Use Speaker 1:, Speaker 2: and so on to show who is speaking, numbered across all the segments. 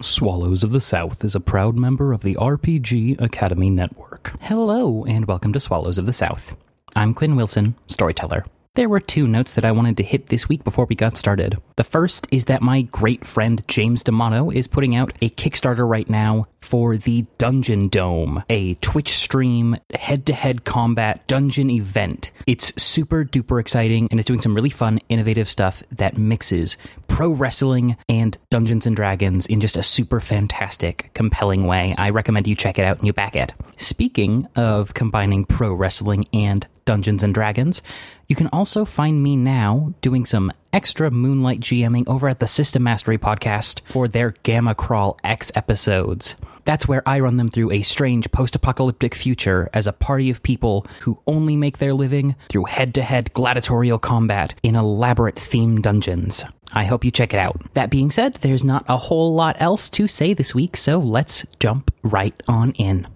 Speaker 1: Swallows of the South is a proud member of the RPG Academy Network. Hello, and welcome to Swallows of the South. I'm Quinn Wilson, storyteller. There were two notes that I wanted to hit this week before we got started. The first is that my great friend James D'Amato is putting out a Kickstarter right now for the Dungeon Dome, a Twitch stream head to head combat dungeon event. It's super duper exciting and it's doing some really fun, innovative stuff that mixes pro wrestling and Dungeons and Dragons in just a super fantastic, compelling way. I recommend you check it out and you back it. Speaking of combining pro wrestling and Dungeons and Dragons, you can also find me now doing some extra Moonlight GMing over at the System Mastery podcast for their Gamma Crawl X episodes. That's where I run them through a strange post apocalyptic future as a party of people who only make their living through head to head gladiatorial combat in elaborate themed dungeons. I hope you check it out. That being said, there's not a whole lot else to say this week, so let's jump right on in.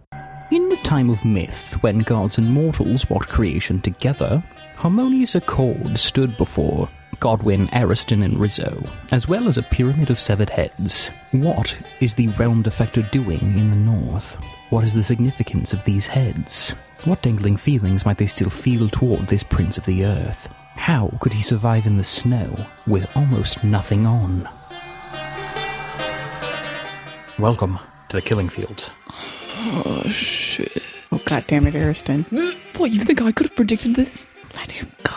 Speaker 1: In the time of myth, when gods and mortals wrought creation together, harmonious accord stood before Godwin, Ariston, and Rizzo, as well as a pyramid of severed heads. What is the realm defector doing in the north? What is the significance of these heads? What dangling feelings might they still feel toward this prince of the earth? How could he survive in the snow with almost nothing on? Welcome to the Killing Fields.
Speaker 2: Oh shit. Oh god damn it, Ariston. What you think I could have predicted this? Let him go.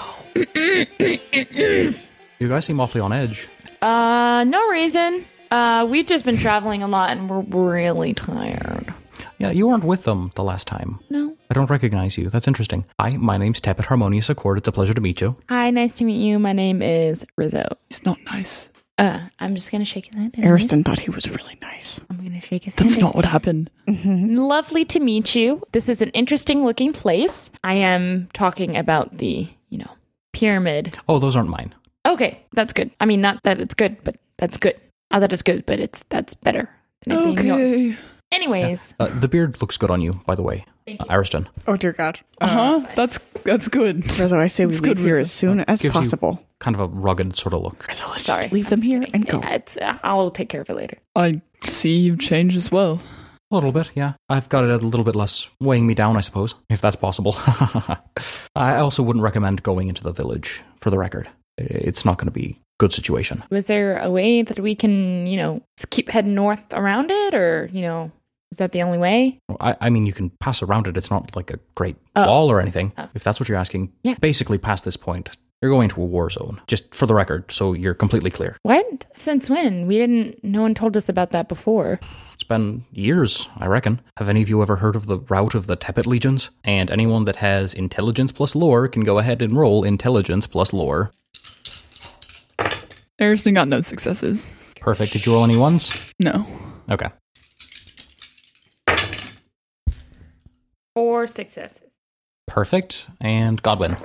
Speaker 1: You guys seem awfully on edge.
Speaker 3: Uh, no reason. Uh, we've just been traveling a lot and we're really tired.
Speaker 1: Yeah, you weren't with them the last time.
Speaker 3: No.
Speaker 1: I don't recognize you. That's interesting. Hi, my name's Tap at Harmonious Accord. It's a pleasure to meet you.
Speaker 3: Hi, nice to meet you. My name is Rizzo.
Speaker 2: It's not nice.
Speaker 3: Uh, I'm just gonna shake his hand. and-
Speaker 2: Ariston thought he was really nice.
Speaker 3: I'm gonna shake his
Speaker 2: That's
Speaker 3: hand.
Speaker 2: not what happened.
Speaker 3: Lovely to meet you. This is an interesting looking place. I am talking about the, you know, pyramid.
Speaker 1: Oh, those aren't mine.
Speaker 3: Okay, that's good. I mean, not that it's good, but that's good. Not that it's good, but it's that's better than it being yours. Anyways,
Speaker 1: Uh, the beard looks good on you, by the way. Thank Ariston.
Speaker 4: Oh dear God.
Speaker 3: Uh-huh.
Speaker 2: Uh huh. That's that's good.
Speaker 4: Rizzo, I say we
Speaker 2: It's
Speaker 4: leave
Speaker 2: good,
Speaker 4: here
Speaker 2: Rizzo.
Speaker 4: as soon as
Speaker 1: Gives you
Speaker 4: possible.
Speaker 1: Kind of a rugged sort of look.
Speaker 2: So let's
Speaker 3: sorry.
Speaker 2: just leave them here and go.
Speaker 3: Yeah, it's, uh, I'll take care of it later.
Speaker 2: I see you've changed as well.
Speaker 1: A little bit, yeah. I've got it a little bit less weighing me down, I suppose, if that's possible. I also wouldn't recommend going into the village, for the record. It's not going to be a good situation.
Speaker 3: Was there a way that we can, you know, s- keep heading north around it, or you know, is that the only way?
Speaker 1: I, I mean, you can pass around it. It's not like a great
Speaker 3: Oh.
Speaker 1: wall or anything,
Speaker 3: Oh.
Speaker 1: if that's what you're asking.
Speaker 3: Yeah.
Speaker 1: Basically, past this point, you're going to a war zone, just for the record, so you're completely clear.
Speaker 3: What? Since when? We didn't. No one told us about that before.
Speaker 1: It's been years, I reckon. Have any of you ever heard of the route of the Tepet legions? And anyone that has intelligence plus lore can go ahead and roll intelligence plus lore.
Speaker 2: Ariston got no successes.
Speaker 1: Perfect. Did you roll any ones?
Speaker 2: No.
Speaker 1: Okay.
Speaker 3: Four successes.
Speaker 1: Perfect. And Godwin.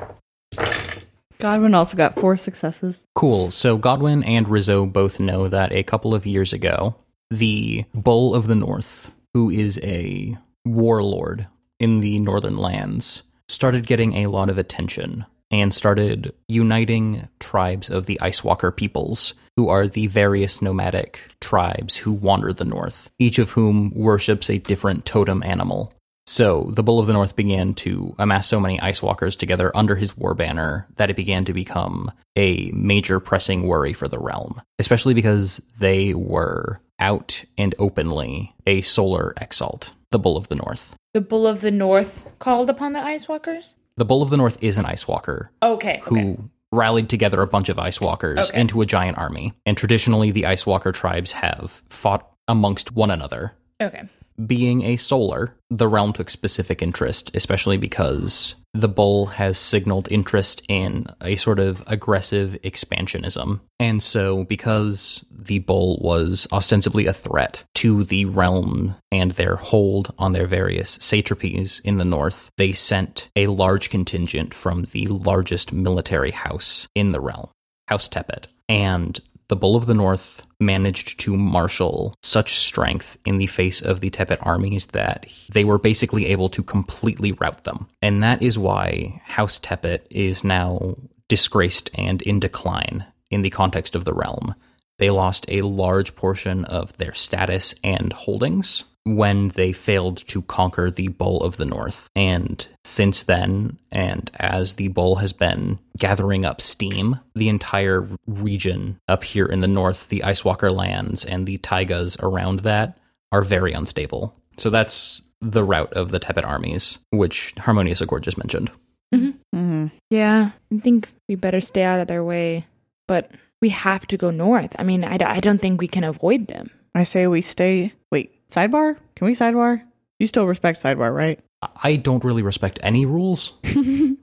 Speaker 4: Godwin also got four successes.
Speaker 1: Cool. So Godwin and Rizzo both know that a couple of years ago, the Bull of the North, who is a warlord in the northern lands, started getting a lot of attention and started uniting tribes of the Icewalker peoples, who are the various nomadic tribes who wander the north, each of whom worships a different totem animal. So the Bull of the North began to amass so many ice walkers together under his war banner that it began to become a major pressing worry for the realm, especially because they were out and openly a solar exalt, the Bull of the North.
Speaker 3: The Bull of the North called upon the Ice Walkers.
Speaker 1: The Bull of the North is an ice walker
Speaker 3: Okay.
Speaker 1: who rallied together a bunch of ice walkers
Speaker 3: Okay.
Speaker 1: into a giant army. And traditionally the ice walker tribes have fought amongst one another
Speaker 3: Okay.
Speaker 1: being a solar, the realm took specific interest, especially because the bull has signaled interest in a sort of aggressive expansionism. And so, because the bull was ostensibly a threat to the realm and their hold on their various satrapies in the north, they sent a large contingent from the largest military house in the realm. House Tepet, and the Bull of the North managed to marshal such strength in the face of the Tepet armies that they were basically able to completely rout them. And that is why House Tepet is now disgraced and in decline in the context of the realm They lost a large portion of their status and holdings when they failed to conquer the Bowl of the North. And since then, and as the Bowl has been gathering up steam, the entire region up here in the north, the Icewalker lands and the taigas around that, are very unstable. So that's the route of the Tepid armies, which Harmonious Accord just mentioned.
Speaker 4: Mm-hmm.
Speaker 3: Yeah, I think we better stay out of their way, but we have to go north. I mean, I, d- I don't think we can avoid them.
Speaker 4: I say we stay. Wait, sidebar? Can we sidebar? You still respect sidebar, right?
Speaker 1: I- I don't really respect any rules.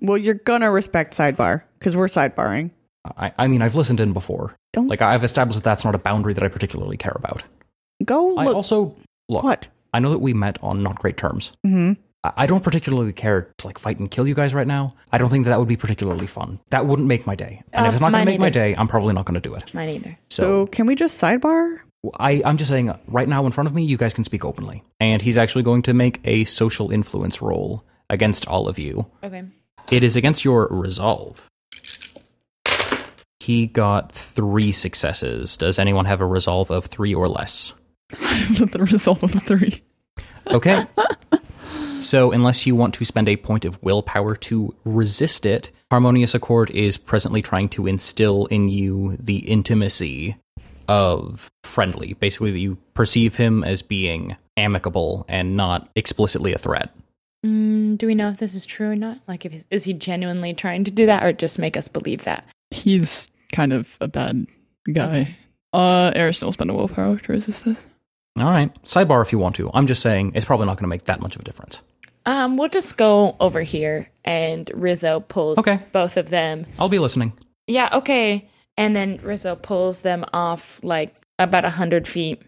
Speaker 4: Well, you're gonna respect sidebar because we're sidebarring.
Speaker 1: I, I mean, I've listened in before.
Speaker 4: Don't-
Speaker 1: Like, I've established that that's not a boundary that I particularly care about.
Speaker 4: Go look.
Speaker 1: I also, look,
Speaker 4: what?
Speaker 1: I know that we met on not great terms.
Speaker 4: Mm-hmm.
Speaker 1: I I don't particularly care to like fight and kill you guys right now. I don't think that, that would be particularly fun. That wouldn't make my day. And
Speaker 3: Uh,
Speaker 1: if it's not going
Speaker 3: mine
Speaker 1: to make my
Speaker 3: either.
Speaker 1: day, I'm probably not going to do it.
Speaker 3: Mine either.
Speaker 1: So,
Speaker 4: So can we just sidebar?
Speaker 1: I, I'm just saying, uh, right now in front of me, you guys can speak openly. And he's actually going to make a social influence roll against all of you.
Speaker 3: Okay.
Speaker 1: It is against your resolve. He got three successes. Does anyone have a resolve of three or less?
Speaker 2: the result of three.
Speaker 1: Okay. so, unless you want to spend a point of willpower to resist it, Harmonious Accord is presently trying to instill in you the intimacy of friendly. Basically, that you perceive him as being amicable and not explicitly a threat.
Speaker 3: Mm, do we know if this is true or not? Like, if is he genuinely trying to do that, or just make us believe that?
Speaker 2: He's kind of a bad guy. Uh, Ariston will spend a willpower to resist this.
Speaker 1: All right. Sidebar if you want to. I'm just saying it's probably not going to make that much of a difference.
Speaker 3: Um, we'll just go over here, and Rizzo pulls
Speaker 1: Okay.
Speaker 3: both of them.
Speaker 1: I'll be listening.
Speaker 3: Yeah, okay. And then Rizzo pulls them off like about a hundred feet.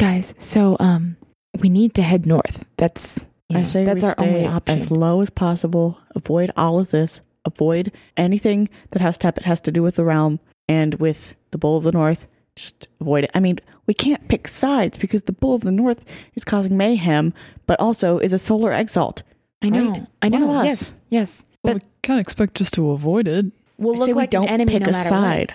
Speaker 3: Guys, so um, we need to head north. That's
Speaker 4: I say
Speaker 3: that's
Speaker 4: we
Speaker 3: our
Speaker 4: stay
Speaker 3: only option.
Speaker 4: as low as possible. Avoid all of this. Avoid anything that has Tepet has to do with the realm and with the Bull of the North. Just avoid it. I mean, we can't pick sides because the Bull of the North is causing mayhem, but also is a solar exalt.
Speaker 3: I know,
Speaker 4: right?
Speaker 3: I
Speaker 4: One
Speaker 3: know.
Speaker 4: of us.
Speaker 3: Yes, yes.
Speaker 2: Well,
Speaker 3: But
Speaker 2: we can't expect just to avoid it.
Speaker 4: We'll
Speaker 3: I
Speaker 4: look
Speaker 3: say we
Speaker 4: like
Speaker 3: don't
Speaker 4: don't
Speaker 3: enemy
Speaker 4: pick
Speaker 3: no
Speaker 4: a
Speaker 3: matter what.
Speaker 4: side.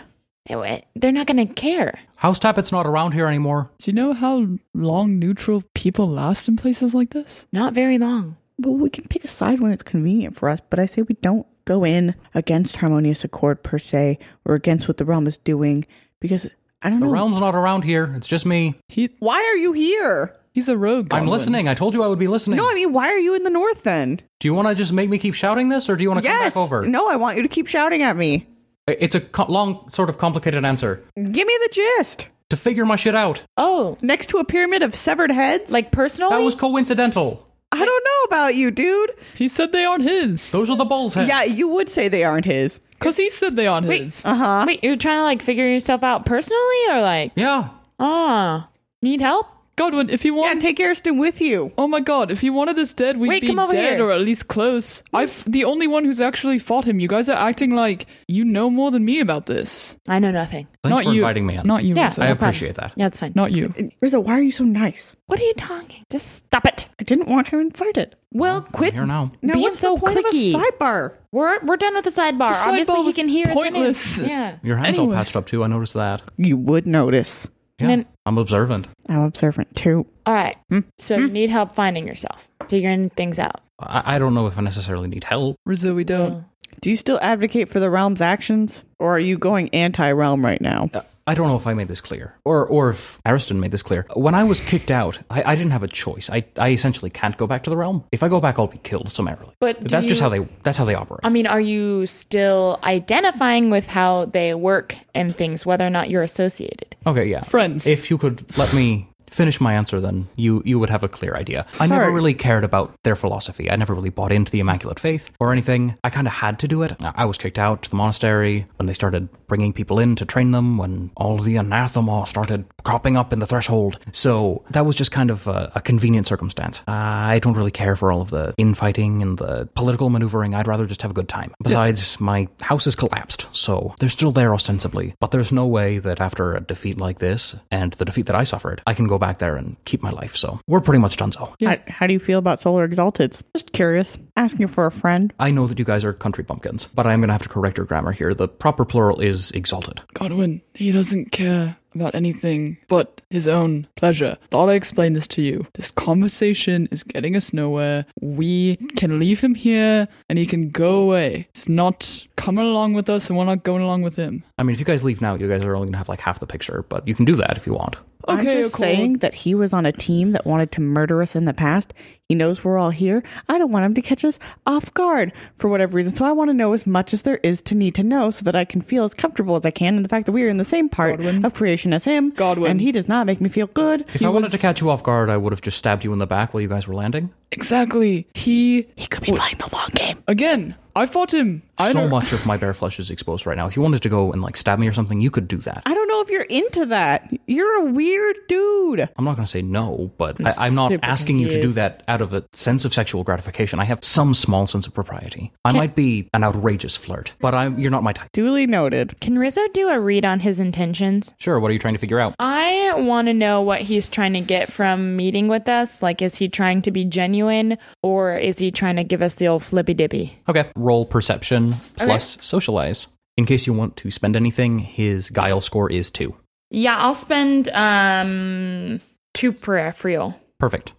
Speaker 3: they're not gonna care.
Speaker 1: House Tappet's not around here anymore.
Speaker 2: Do you know how long neutral people last in places like this?
Speaker 3: Not very long.
Speaker 4: Well, we can pick a side when it's convenient for us, but I say we don't go in against harmonious accord per se or against what the realm is doing because I don't
Speaker 1: The
Speaker 4: know.
Speaker 1: realm's not around here. It's just me.
Speaker 2: He
Speaker 4: Why are you here?
Speaker 2: he's a rogue.
Speaker 1: I'm
Speaker 2: Godwin.
Speaker 1: listening. I told you I would be listening.
Speaker 4: No, I mean, why are you in the north then?
Speaker 1: do you want to just make me keep shouting this, or do you want to come
Speaker 4: Yes.
Speaker 1: back over?
Speaker 4: No, I want you to keep shouting at me.
Speaker 1: I- It's a co- long, sort of complicated answer
Speaker 4: Give me the gist.
Speaker 1: to figure my shit out.
Speaker 3: Oh,
Speaker 4: Next to a pyramid of severed heads?
Speaker 3: like personally,
Speaker 1: That was coincidental.
Speaker 4: I don't know about you, dude.
Speaker 2: He said they aren't his.
Speaker 1: Those are the bull's heads.
Speaker 4: Yeah, you would say they aren't his.
Speaker 2: Because he said they aren't
Speaker 3: Wait.
Speaker 2: his.
Speaker 3: Wait, you're trying to like figure yourself out personally, or like,
Speaker 1: Yeah.
Speaker 3: ah, need help?
Speaker 2: Godwin, if he
Speaker 4: Yeah,
Speaker 2: wanted.
Speaker 4: take Ariston with you.
Speaker 2: oh my god, if he wanted us dead, we'd
Speaker 3: Wait,
Speaker 2: be
Speaker 3: come over
Speaker 2: dead
Speaker 3: here.
Speaker 2: or at least close. I've the only one who's actually fought him. You guys are acting like you know more than me about this.
Speaker 3: I know nothing.
Speaker 1: Thanks
Speaker 2: not
Speaker 1: for
Speaker 2: you.
Speaker 1: inviting me in.
Speaker 2: Not you,
Speaker 3: Yeah,
Speaker 2: Rizzo.
Speaker 1: I
Speaker 3: no problem.
Speaker 1: appreciate that.
Speaker 3: Yeah, it's fine.
Speaker 2: Not you.
Speaker 4: Rizzo, why are you so nice?
Speaker 3: What are you talking? Just stop it.
Speaker 4: I didn't want him invited.
Speaker 3: Will, quit
Speaker 1: Here now.
Speaker 4: Now,
Speaker 3: being
Speaker 4: what's
Speaker 3: so
Speaker 4: the point
Speaker 3: clicky.
Speaker 4: of a sidebar?
Speaker 3: We're we're done with the sidebar.
Speaker 2: The
Speaker 3: Obviously,
Speaker 2: sidebar
Speaker 3: he
Speaker 2: was
Speaker 3: can hear
Speaker 2: pointless.
Speaker 3: Us in it. yeah.
Speaker 1: Your hands
Speaker 2: Anyway.
Speaker 1: all patched up too. I noticed that.
Speaker 4: You would notice.
Speaker 1: Yeah.
Speaker 3: then-
Speaker 1: I'm observant.
Speaker 4: I'm observant too.
Speaker 3: All right.
Speaker 4: Hmm?
Speaker 3: So you need help finding yourself, figuring things out.
Speaker 1: I, I don't know if I necessarily need help.
Speaker 2: Rizzo, we don't.
Speaker 4: Do you still advocate for the realm's actions, or are you going anti-realm right now?
Speaker 1: Uh, I don't know if I made this clear, or or if Ariston made this clear. When I was kicked out, I, I didn't have a choice. I, I essentially can't go back to the realm. If I go back, I'll be killed summarily.
Speaker 3: But do
Speaker 1: that's just
Speaker 3: you-
Speaker 1: how they that's how they operate.
Speaker 3: I mean, are you still identifying with how they work and things, whether or not you're associated?
Speaker 1: Okay, yeah.
Speaker 2: Friends.
Speaker 1: If you could let me finish my answer, then you you would have a clear idea. I never
Speaker 4: Sorry.
Speaker 1: really cared about their philosophy. I never really bought into the Immaculate Faith or anything. I kind of had to do it. I I was kicked out to the monastery when they started bringing people in to train them. When all the anathema started cropping up in the threshold, so that was just kind of a, a convenient circumstance. I don't really care for all of the infighting and the political maneuvering. I'd rather just have a good time. Besides, my house has collapsed, so they're still there ostensibly. But there's no way that after a defeat like this and the defeat that I suffered, I can go back there and keep my life. So we're pretty much done. So
Speaker 2: Yeah.
Speaker 4: I, how do you feel about Solar Exalted? Just curious. Asking for a friend.
Speaker 1: I know that you guys are country bumpkins, but I'm going to have to correct your grammar here. The proper plural is exalted.
Speaker 2: Godwin, he doesn't care
Speaker 5: about anything but his own pleasure. Thought I explained this to you. This conversation is getting us nowhere. We can leave him here and he can go away. It's not coming along with us and we're not going along with him.
Speaker 1: I mean, if you guys leave now, you guys are only going to have like half the picture, but you can do that if you want.
Speaker 5: Okay,
Speaker 4: I'm just
Speaker 5: cool.
Speaker 4: saying that he was on a team that wanted to murder us in the past. He knows we're all here. I don't want him to catch us off guard for whatever reason. So I want to know as much as there is to need to know so that I can feel as comfortable as I can. And the fact that we are in the same part
Speaker 5: Godwin.
Speaker 4: of creation as him,
Speaker 5: Godwin.
Speaker 4: and he does not make me feel good.
Speaker 1: If I wanted to
Speaker 5: was-
Speaker 1: catch you off guard, I would have just stabbed you in the back while you guys were landing.
Speaker 5: Exactly. He
Speaker 4: He could be playing the long game.
Speaker 5: again. I fought him. I
Speaker 1: so
Speaker 5: don't-
Speaker 1: much of my bare flesh is exposed right now. If you wanted to go and like stab me or something, you could do that.
Speaker 4: I don't know if you're into that. You're a weird dude.
Speaker 1: I'm not going to say no, but I, I'm not
Speaker 3: super
Speaker 1: asking you to do
Speaker 3: confused.
Speaker 1: that out of a sense of sexual gratification. I have some small sense of propriety. I might be an outrageous flirt, but I'm you're not my type.
Speaker 4: Duly noted.
Speaker 3: Can Rizzo do a read on his intentions?
Speaker 1: Sure, what are you trying to figure out?
Speaker 3: I want to know what he's trying to get from meeting with us. Like, is he trying to be genuine or is he trying to give us the old flippy dippy?
Speaker 1: Okay, roll perception plus socialize. In case you want to spend anything, his guile score is 2.
Speaker 3: Yeah, I'll spend um two peripheral.
Speaker 1: Perfect.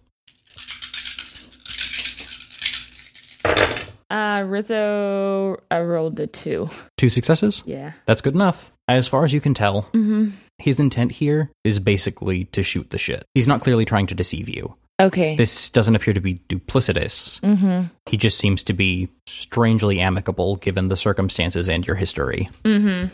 Speaker 3: Uh, Rizzo, I rolled a two.
Speaker 1: Two successes?
Speaker 3: Yeah.
Speaker 1: That's good enough. As far as you can tell,
Speaker 3: Mm-hmm.
Speaker 1: his intent here is basically to shoot the shit. He's not clearly trying to deceive you.
Speaker 3: Okay.
Speaker 1: This doesn't appear to be duplicitous.
Speaker 3: mm-hmm.
Speaker 1: He just seems to be strangely amicable given the circumstances and your history. As
Speaker 3: Mm-hmm.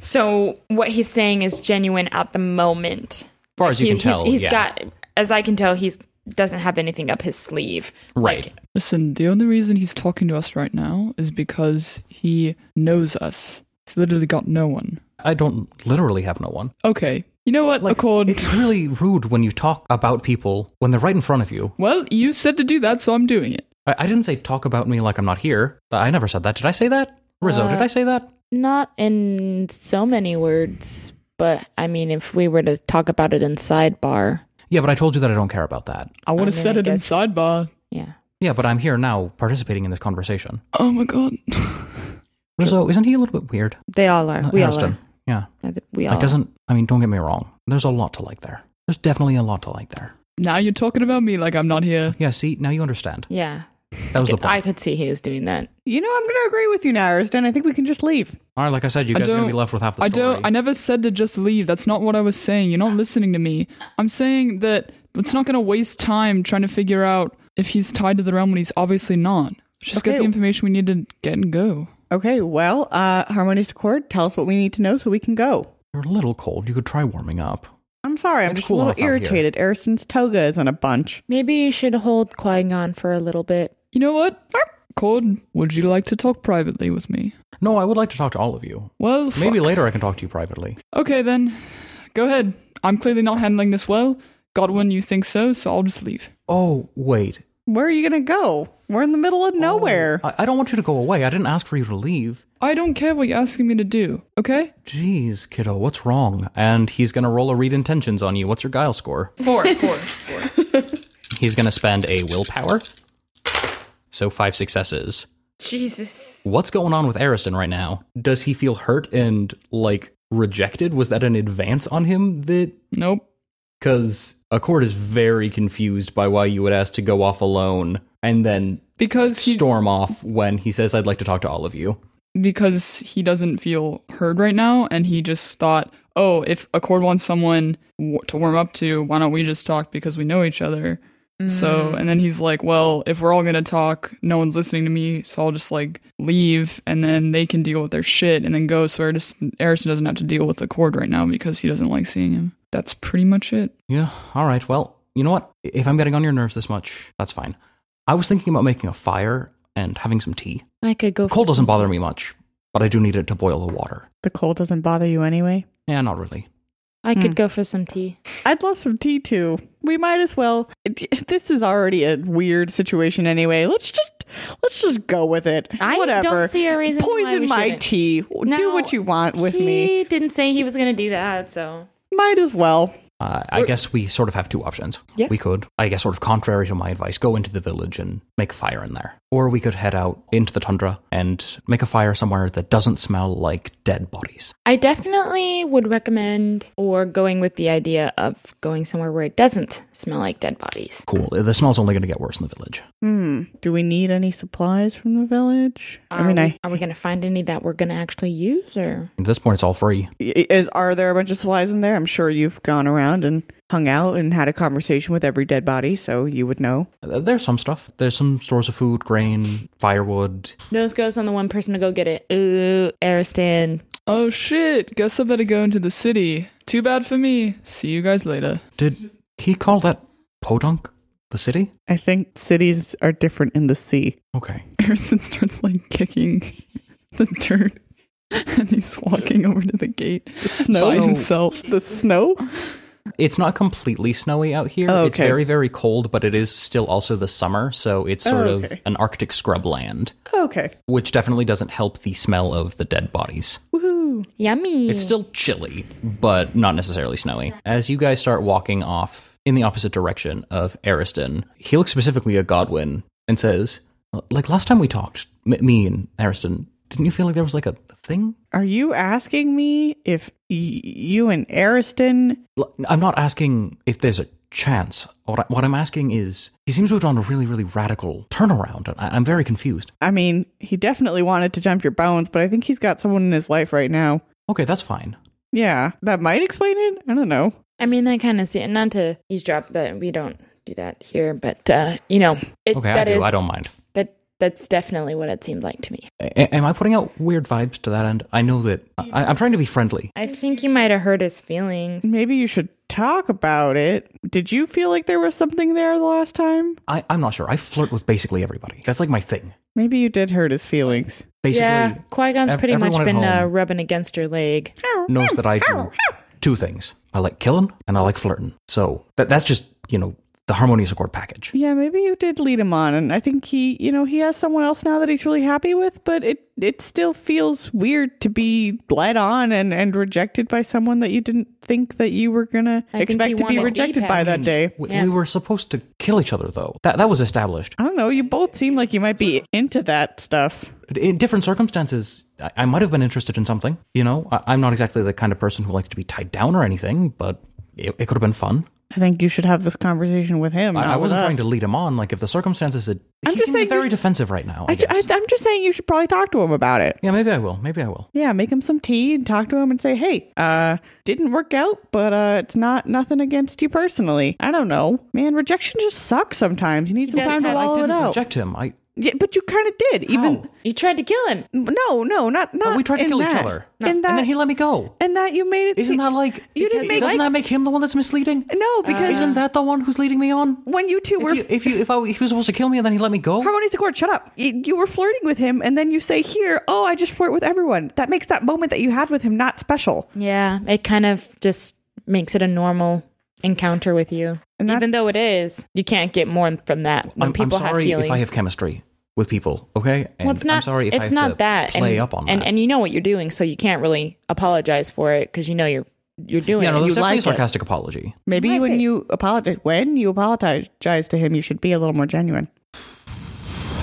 Speaker 3: So what he's saying is genuine at the moment.
Speaker 1: far as you
Speaker 3: He-
Speaker 1: can tell,
Speaker 3: he's, he's
Speaker 1: yeah.
Speaker 3: got, as I can tell, he's doesn't have anything up his sleeve.
Speaker 1: right.
Speaker 3: Like,
Speaker 5: Listen, the only reason he's talking to us right now is because he knows us. He's literally got no one.
Speaker 1: I don't literally have no one.
Speaker 5: Okay. You know what,
Speaker 1: Like,
Speaker 5: Accord?
Speaker 1: It's really rude when you talk about people when they're right in front of you.
Speaker 5: Well, you said to do that, so I'm doing it.
Speaker 1: I, I didn't say talk about me like I'm not here. I never said that. Did I say that? Rizzo,
Speaker 3: Uh,
Speaker 1: did I say that?
Speaker 3: not in so many words, but I mean, if we were to talk about it in sidebar,
Speaker 1: Yeah, but I told you that I don't care about that.
Speaker 5: I would
Speaker 3: mean,
Speaker 5: have said
Speaker 3: I
Speaker 5: it in
Speaker 3: guess-
Speaker 5: sidebar.
Speaker 3: yeah.
Speaker 1: Yeah, but I'm here now participating in this conversation.
Speaker 5: Oh my god.
Speaker 1: Rizzo, isn't he a little bit weird?
Speaker 3: They all are.
Speaker 1: Uh,
Speaker 3: we all
Speaker 1: Ariston.
Speaker 3: are.
Speaker 1: Yeah.
Speaker 3: I th- We
Speaker 5: Oh.
Speaker 3: all.
Speaker 1: Like, doesn't, I mean, don't get me wrong. There's a lot to like there. There's definitely a lot to like there.
Speaker 5: now you're talking about me like I'm not here.
Speaker 1: Yeah, see, now you understand.
Speaker 3: Yeah.
Speaker 1: That was the point.
Speaker 3: I could see he was doing that.
Speaker 4: You know, I'm going to agree with you now, Ariston. I think we can just leave.
Speaker 1: All right, like I said, you
Speaker 5: I
Speaker 1: guys are going to
Speaker 5: don't-
Speaker 1: be left with half the
Speaker 5: I
Speaker 1: story.
Speaker 5: don't. I never said to just leave. That's not what I was saying. You're not listening to me. I'm saying that it's not going to waste time trying to figure out if he's tied to the realm when he's obviously not. Let's Just
Speaker 4: Okay.
Speaker 5: get the information we need to get and go.
Speaker 4: Okay, well, uh, Harmonious Accord, tell us what we need to know so we can go.
Speaker 1: You're a little cold. You could try warming up.
Speaker 4: I'm sorry, I'm
Speaker 1: It's
Speaker 4: just
Speaker 1: cool
Speaker 4: a
Speaker 1: enough out
Speaker 4: little
Speaker 1: here.
Speaker 4: irritated. Ariston's toga is on a bunch.
Speaker 3: Maybe you should hold Qui Gon for a little bit.
Speaker 5: You know what? Cord, would you like to talk privately with me?
Speaker 1: No, I would like to talk to all of you.
Speaker 5: Well, fuck.
Speaker 1: Maybe later I can talk to you privately.
Speaker 5: Okay then, go ahead. I'm clearly not handling this well. Godwin, you think so? So I'll just leave.
Speaker 1: Oh, wait.
Speaker 4: Where are you gonna go? We're in the middle
Speaker 3: Oh.
Speaker 4: of nowhere.
Speaker 1: I, I don't want you to go away. I didn't ask for you to leave.
Speaker 5: I don't care what you're asking me to do. Okay?
Speaker 1: Jeez, kiddo, what's wrong? And he's going to roll a read intentions on you. What's your guile score? Four, four, four. he's going to spend a willpower. So five successes.
Speaker 3: Jesus.
Speaker 1: What's going on with Ariston right now? Does he feel hurt and, like, rejected? Was that an advance on him that.
Speaker 5: Nope.
Speaker 1: Because Accord is very confused by why you would ask to go off alone and then
Speaker 5: Because he
Speaker 1: storm off when he says, I'd like to talk to all of you.
Speaker 5: because he doesn't feel heard right now, and he just thought, oh, if Accord wants someone w- to warm up to, why don't we just talk because we know each other? So, and then he's like, well, if we're all gonna talk, no one's listening to me, so I'll just like leave, and then they can deal with their shit, and then go. So Ariston Ariston doesn't have to deal with Accord right now because he doesn't like seeing him. That's pretty much it.
Speaker 1: Yeah, all right. Well, you know what? If I'm getting on your nerves this much, that's fine. I was thinking about making a fire and having some tea.
Speaker 3: I could go.
Speaker 1: The cold doesn't bother me much, but I do need it to boil the water.
Speaker 4: the cold doesn't bother you anyway.
Speaker 1: Yeah, not really.
Speaker 3: I
Speaker 4: Hmm.
Speaker 3: could go for some tea.
Speaker 4: I'd love some tea too. We might as well. This is already a weird situation anyway. Let's just let's just go with it.
Speaker 3: I
Speaker 4: Whatever.
Speaker 3: don't see a reason. why
Speaker 4: Poison
Speaker 3: we
Speaker 4: my
Speaker 3: shouldn't.
Speaker 4: tea. Do
Speaker 3: No,
Speaker 4: what you want with me.
Speaker 3: He didn't say he was going to do that, so
Speaker 4: Might as well.
Speaker 1: Uh, I guess we sort of have two options.
Speaker 3: Yeah.
Speaker 1: We could, I guess, sort of contrary to my advice, go into the village and make a fire in there. Or we could head out into the tundra and make a fire somewhere that doesn't smell like dead bodies.
Speaker 3: I definitely would recommend or going with the idea of going somewhere where it doesn't smell like dead bodies.
Speaker 1: Cool. The smell's only going to get worse in the village.
Speaker 4: Hmm. Do we need any supplies from the village? I
Speaker 3: Are
Speaker 4: mean,
Speaker 3: we,
Speaker 4: I
Speaker 3: Um, are we gonna find any that we're gonna actually use or
Speaker 1: At this point, it's all free.
Speaker 4: i- is. Are there a bunch of supplies in there? I'm sure you've gone around and hung out and had a conversation with every dead body, so you would know.
Speaker 1: Uh, There's some stuff. There's some stores of food, grain, firewood.
Speaker 3: nose goes on the one person to go get it? Ooh, Aristan.
Speaker 5: Oh shit, guess I better go into the city. Too bad for me. See you guys later.
Speaker 1: Did he call that podunk the city?
Speaker 4: I think cities are different in the sea.
Speaker 1: Okay.
Speaker 5: Harrison starts like kicking the dirt and he's walking over to the gate
Speaker 4: Snow.
Speaker 5: by himself.
Speaker 4: The snow?
Speaker 1: It's not completely snowy out here.
Speaker 4: Oh,
Speaker 1: It's
Speaker 4: okay.
Speaker 1: very, very cold, but it is still also the summer, so it's sort
Speaker 4: Oh,
Speaker 1: of
Speaker 4: okay.
Speaker 1: an Arctic scrubland,
Speaker 4: Okay.
Speaker 1: which definitely doesn't help the smell of the dead bodies.
Speaker 4: Woohoo.
Speaker 3: Yummy.
Speaker 1: It's still chilly, but not necessarily snowy. As you guys start walking off in the opposite direction of Ariston, he looks specifically at Godwin and says, "Like last time we talked, m- me and Ariston, didn't you feel like there was like a thing?"
Speaker 4: Are you asking me if y- you and Ariston?
Speaker 1: L- I'm not asking if there's a chance. What, I, what I'm asking is, he seems to have done a really, really radical turnaround, and I, I'm very confused.
Speaker 4: I mean, he definitely wanted to jump your bones, but I think he's got someone in his life right now.
Speaker 1: Okay, that's fine.
Speaker 4: Yeah, that might explain it. I don't know.
Speaker 3: I mean I kinda see it not to eavesdrop, but we don't do that here, but uh, you know, it,
Speaker 1: Okay, I
Speaker 3: that
Speaker 1: do. I
Speaker 3: is-
Speaker 1: don't mind.
Speaker 3: that that's definitely what it seemed like to me.
Speaker 1: A- am I putting out weird vibes to that end? I know that I- I'm trying to be friendly.
Speaker 3: I think you might have hurt his feelings.
Speaker 4: Maybe you should talk about it. Did you feel like there was something there the last time?
Speaker 1: I, I'm not sure. I flirt with basically everybody. That's like my thing.
Speaker 4: Maybe you did hurt his feelings.
Speaker 1: Basically,
Speaker 3: Yeah, Qui Gon's
Speaker 1: ev-
Speaker 3: pretty much
Speaker 1: everyone at
Speaker 3: been uh,
Speaker 1: home-
Speaker 3: rubbing against your leg.
Speaker 1: knows that I do two things. I like killing and I like flirting. So that that's just, you know, the harmonious accord package.
Speaker 4: Yeah, maybe you did lead him on, and I think he, you know, he has someone else now that he's really happy with. But it, it still feels weird to be led on and and rejected by someone that you didn't think that you were gonna
Speaker 3: I think he
Speaker 4: expect to be
Speaker 3: wanted
Speaker 4: rejected by
Speaker 3: feedback.
Speaker 4: that day.
Speaker 1: We,
Speaker 3: Yeah.
Speaker 1: we were supposed to kill each other though. That that was established.
Speaker 4: I don't know. You both seem like you might be into that stuff.
Speaker 1: In different circumstances, I, I might have been interested in something. You know, I, I'm not exactly the kind of person who likes to be tied down or anything, but it, it could have been fun.
Speaker 4: I think you should have this conversation with him.
Speaker 1: I, I
Speaker 4: not with
Speaker 1: wasn't trying
Speaker 4: us.
Speaker 1: to lead him on. Like if the circumstances had,
Speaker 4: I'm
Speaker 1: he
Speaker 4: just
Speaker 1: seems
Speaker 4: saying
Speaker 1: very
Speaker 4: you-
Speaker 1: defensive right now. I,
Speaker 4: I ju- I,
Speaker 1: guess.
Speaker 4: I'm just saying you should probably talk to him about it.
Speaker 1: yeah, maybe I will. Maybe I will.
Speaker 4: Yeah, make him some tea and talk to him and say, "Hey, uh, didn't work out, but uh, it's not nothing against you personally. I don't know, man. Rejection just sucks sometimes. You need some
Speaker 3: does
Speaker 4: time to
Speaker 3: have- I
Speaker 4: wallow
Speaker 1: I
Speaker 4: it
Speaker 1: didn't
Speaker 4: out.
Speaker 1: reject him. I
Speaker 4: yeah, but you kind of did. Even
Speaker 3: You tried to kill him.
Speaker 4: no, no, not not.
Speaker 1: we tried to
Speaker 4: in
Speaker 1: kill each
Speaker 4: that.
Speaker 1: other,
Speaker 4: In that,
Speaker 1: and
Speaker 4: and,
Speaker 1: then he let me go.
Speaker 4: that you made it.
Speaker 1: Isn't
Speaker 4: se-
Speaker 1: that like?
Speaker 4: you didn't make
Speaker 1: Doesn't that make him the one that's misleading?
Speaker 4: no because
Speaker 1: Isn't that the one who's leading me on?
Speaker 4: when you two were
Speaker 1: If you, if you, if I, if he was supposed to kill me and then he let me go,
Speaker 4: harmonious accord, shut up. You, you were flirting with him, and then you say, "Here, oh, I just flirt with everyone." That makes that moment that you had with him not special.
Speaker 3: Yeah, it kind of just makes it a normal encounter with you.
Speaker 4: And that-
Speaker 3: Even though it is, you can't get more from that when
Speaker 1: I'm, I'm
Speaker 3: people
Speaker 1: sorry
Speaker 3: have feelings.
Speaker 1: if I have chemistry with people. Okay, and
Speaker 3: well, it's not,
Speaker 1: I'm sorry if
Speaker 3: it's
Speaker 1: I have
Speaker 3: not
Speaker 1: to
Speaker 3: that.
Speaker 1: play
Speaker 3: and,
Speaker 1: up on
Speaker 3: and,
Speaker 1: that.
Speaker 3: and you know what you're doing, so you can't really apologize for it because you know you're you're doing
Speaker 1: yeah, no,
Speaker 3: it.
Speaker 1: there's
Speaker 3: You
Speaker 1: definitely
Speaker 3: like
Speaker 1: a
Speaker 3: it.
Speaker 1: sarcastic apology.
Speaker 4: Maybe
Speaker 3: Why is
Speaker 4: when
Speaker 3: it-
Speaker 4: you apologize, when you apologize to him, you should be a little more genuine.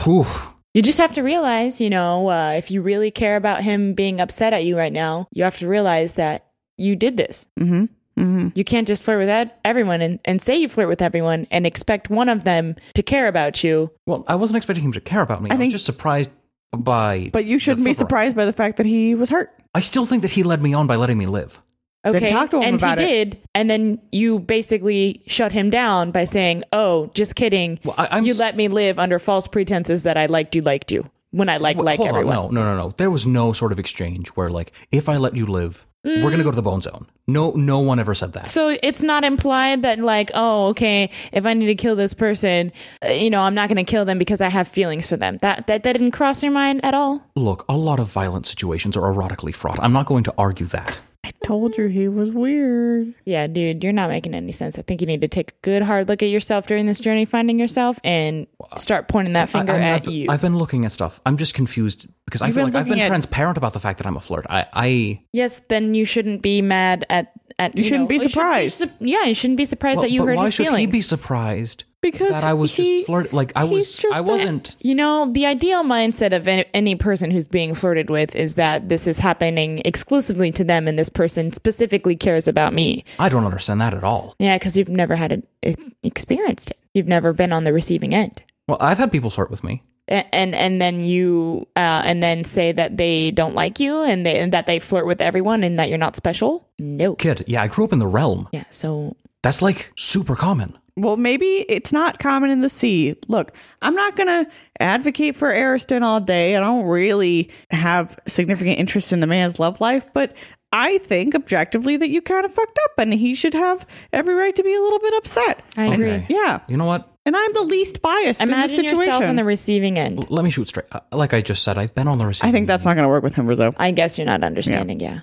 Speaker 1: Whew.
Speaker 3: You just have to realize, you know, uh, if you really care about him being upset at you right now, you have to realize that you did this.
Speaker 4: Mm-hmm. Mm-hmm.
Speaker 3: You can't just flirt with that, everyone and, and say you flirt with everyone and expect one of them to care about you
Speaker 1: Well, I wasn't expecting him to care about me. I,
Speaker 4: think-
Speaker 1: was just surprised by.
Speaker 4: But you shouldn't be
Speaker 1: flipper.
Speaker 4: surprised by the fact that he was hurt.
Speaker 1: I still think that he led me on by letting me live.
Speaker 3: Okay.
Speaker 4: talk to him
Speaker 3: and
Speaker 4: about
Speaker 3: he
Speaker 4: it.
Speaker 3: did, and then you basically shut him down by saying, "Oh, just kidding.
Speaker 1: Well, I, I'm
Speaker 3: you
Speaker 1: s-
Speaker 3: let me live under false pretenses that I liked you, liked you when I like
Speaker 1: Wait,
Speaker 3: like
Speaker 1: hold
Speaker 3: everyone."
Speaker 1: On, no, no, no, no. There was no sort of exchange where, like, if I let you live, we're gonna go to the bone zone. No, no one ever said that.
Speaker 3: So it's not implied that like, oh, okay, if I need to kill this person, uh, you know, I'm not going to kill them because I have feelings for them. That that that didn't cross your mind at all.
Speaker 1: Look, a lot of violent situations are erotically fraught. I'm not going to argue that.
Speaker 4: I told you he was weird.
Speaker 3: Yeah, dude, you're not making any sense. I think you need to take a good hard look at yourself during this journey, finding yourself, and start pointing that finger
Speaker 1: I, I mean,
Speaker 3: at
Speaker 1: I've,
Speaker 3: you.
Speaker 1: I've been looking at stuff. I'm just confused because I
Speaker 4: You've
Speaker 1: feel
Speaker 4: been
Speaker 1: like I've been
Speaker 4: looking at-
Speaker 1: transparent about the fact that I'm a flirt. I, I
Speaker 3: yes, then you shouldn't be mad at At,
Speaker 4: You shouldn't be
Speaker 3: you
Speaker 4: surprised.
Speaker 3: su- yeah, you shouldn't be surprised
Speaker 1: Well,
Speaker 3: that you
Speaker 1: but
Speaker 3: hurt
Speaker 1: why
Speaker 3: his
Speaker 1: should he
Speaker 3: feelings.
Speaker 1: be surprised
Speaker 4: because
Speaker 1: that I was
Speaker 4: he-
Speaker 1: just flirting? Like I
Speaker 4: he's
Speaker 1: was,
Speaker 4: just
Speaker 1: I
Speaker 4: a-
Speaker 1: wasn't.
Speaker 3: you know, the ideal mindset of any, any person who's being flirted with is that this is happening exclusively to them, and this person specifically cares about me.
Speaker 1: I don't understand that at all.
Speaker 3: Yeah, because you've never had it, it experienced it. You've never been on the receiving end.
Speaker 1: Well, I've had people flirt with me.
Speaker 3: A- and and then you uh, and then say that they don't like you and, they, and that they flirt with everyone and that you're not special. No.
Speaker 1: Kid, yeah, I grew up in the realm.
Speaker 3: Yeah. So
Speaker 1: That's like super common.
Speaker 4: Well, maybe it's not common in the sea. Look, I'm not going to advocate for Ariston all day. I don't really have significant interest in the man's love life, but I think objectively that you kind of fucked up and he should have every right to be a little bit upset.
Speaker 3: I agree.
Speaker 1: Okay.
Speaker 4: Yeah.
Speaker 1: You know what?
Speaker 4: And I'm the least biased in this
Speaker 3: Imagine
Speaker 4: situation.
Speaker 3: yourself on the receiving end.
Speaker 1: Let me shoot straight. Uh, like I just said, I've been on the receiving.
Speaker 4: I think that's not going to work with him, Rizzo.
Speaker 3: I guess you're not understanding. Yeah.
Speaker 1: I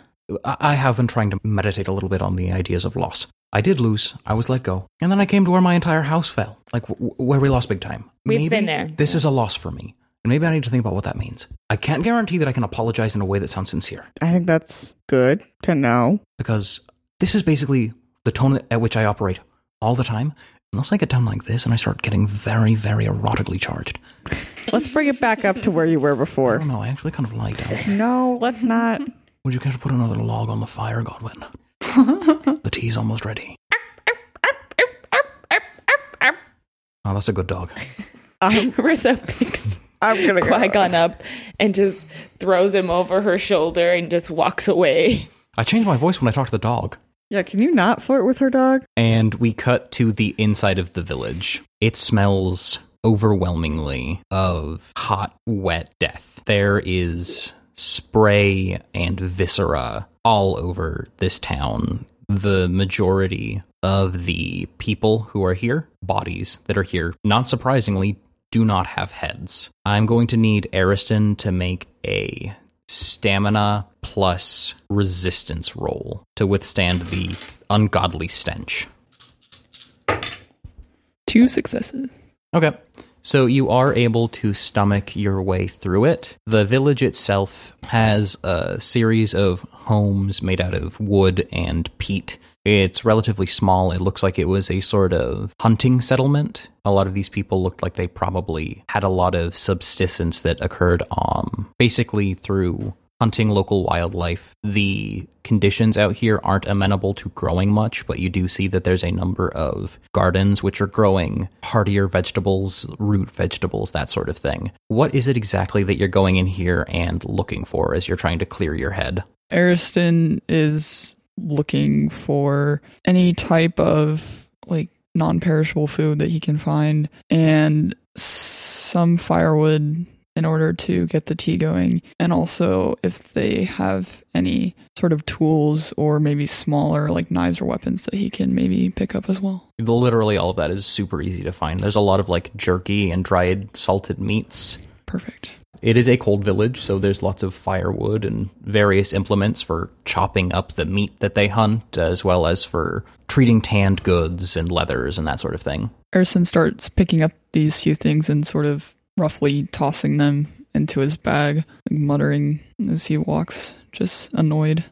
Speaker 1: I have been trying to meditate a little bit on the ideas of loss. I did lose. I was let go, and then I came to where my entire house fell, like w- where we lost big time.
Speaker 3: We've
Speaker 1: Maybe
Speaker 3: been there.
Speaker 1: This is a loss for me, and maybe I need to think about what that means. I can't guarantee that I can apologize in a way that sounds sincere,
Speaker 4: I think that's good to know.
Speaker 1: because this is basically the tone at which I operate all the time. Unless I get down like this and I start getting very, very erotically charged.
Speaker 4: Let's bring it back up to where you were
Speaker 1: I
Speaker 4: before.
Speaker 1: don't know. I actually kind of like down.
Speaker 4: No, let's not.
Speaker 1: Would you care to put another log on the fire, Godwin? the tea's almost ready. Oh, that's a good dog.
Speaker 4: I'm,
Speaker 3: Rissa picks
Speaker 4: I'm going to go.
Speaker 3: Qui Gon up and just throws him over her shoulder and just walks away.
Speaker 1: I change my voice when I talk to the dog.
Speaker 4: Yeah, can you not flirt with her dog?
Speaker 1: And we cut to the inside of the village. It smells overwhelmingly of hot, wet death. There is spray and viscera all over this town. The majority of the people who are here, bodies that are here, not surprisingly, do not have heads. I'm going to need Ariston to make a stamina plus resistance roll to withstand the ungodly stench.
Speaker 5: Two successes.
Speaker 1: Okay. So you are able to stomach your way through it. The village itself has a series of homes made out of wood and peat. It's relatively small. It looks like it was a sort of hunting settlement. A lot of these people looked like they probably had a lot of subsistence that occurred um basically through hunting local wildlife. The conditions out here aren't amenable to growing much, but you do see that there's a number of gardens which are growing hardier vegetables, root vegetables, that sort of thing. What is it exactly that you're going in here and looking for as you're trying to clear your head?
Speaker 5: Ariston is looking for any type of like non-perishable food that he can find and some firewood in order to get the tea going and also if they have any sort of tools or maybe smaller like knives or weapons that he can maybe pick up as well.
Speaker 1: Literally all of that is super easy to find. There's a lot of like jerky and dried salted meats.
Speaker 5: Perfect.
Speaker 1: It is a cold village, so there's lots of firewood and various implements for chopping up the meat that they hunt, as well as for treating tanned goods and leathers and that sort of thing.
Speaker 5: Erson starts picking up these few things and sort of roughly tossing them into his bag, muttering as he walks, just annoyed.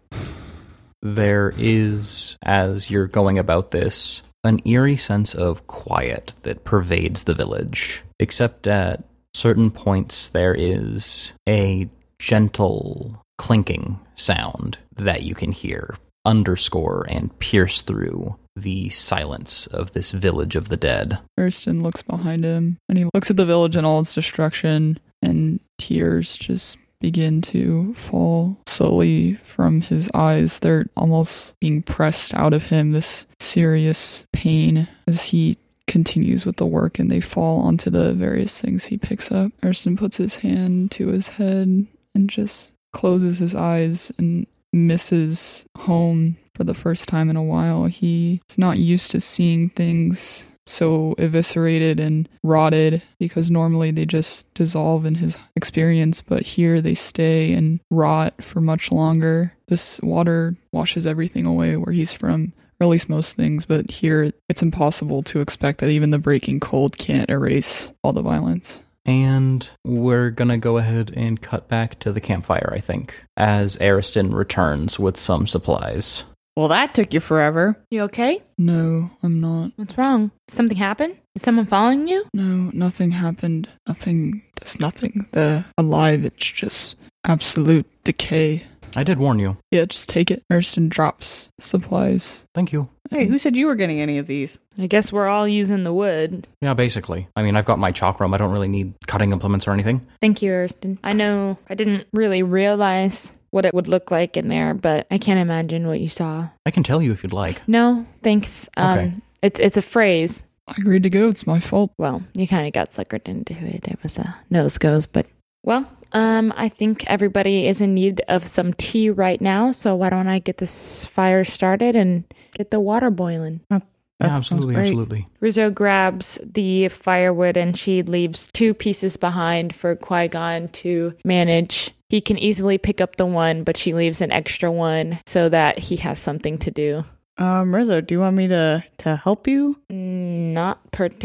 Speaker 1: There is, as you're going about this, an eerie sense of quiet that pervades the village, except at certain points there is a gentle clinking sound that you can hear underscore and pierce through the silence of this village of the dead.
Speaker 5: Erson looks behind him and he looks at the village and all its destruction, and tears just begin to fall slowly from his eyes. They're almost being pressed out of him, this serious pain as he continues with the work and they fall onto the various things he picks up. Erson puts his hand to his head and just closes his eyes and misses home for the first time in a while. He's not used to seeing things so eviscerated and rotted because normally they just dissolve in his experience, but here they stay and rot for much longer. This water washes everything away where he's from. Or at least most things, but here it's impossible to expect that even the breaking cold can't erase all the violence.
Speaker 1: And we're gonna go ahead and cut back to the campfire, I think, as Ariston returns with some supplies.
Speaker 4: Well, that took you forever.
Speaker 3: You okay?
Speaker 5: No, I'm not.
Speaker 3: What's wrong? Something happened? Is someone following you?
Speaker 5: No, nothing happened. Nothing. There's nothing. They're alive. It's just absolute decay.
Speaker 1: I did warn you.
Speaker 5: Yeah, just take it. Erston drops supplies.
Speaker 1: Thank you.
Speaker 4: Hey, who said you were getting any of these?
Speaker 3: I guess we're all using the wood.
Speaker 1: Yeah, basically. I mean, I've got my chakram. I don't really need cutting implements or anything.
Speaker 3: Thank you, Erston. I know I didn't really realize what it would look like in there, but I can't imagine what you saw.
Speaker 1: I can tell you if you'd like.
Speaker 3: No, thanks. Um,
Speaker 1: Okay.
Speaker 3: it's it's a phrase.
Speaker 5: I agreed to go. It's my fault.
Speaker 3: Well, you kind of got suckered into it. It was a nose goes, but well, um, I think everybody is in need of some tea right now. So why don't I get this fire started and get the water boiling?
Speaker 4: That
Speaker 1: yeah,
Speaker 4: sounds
Speaker 1: absolutely,
Speaker 4: great.
Speaker 1: absolutely.
Speaker 3: Rizzo grabs the firewood and she leaves two pieces behind for Qui Gon to manage. He can easily pick up the one, but she leaves an extra one so that he has something to do.
Speaker 4: Um, Rizzo, do you want me to to help you?
Speaker 3: Not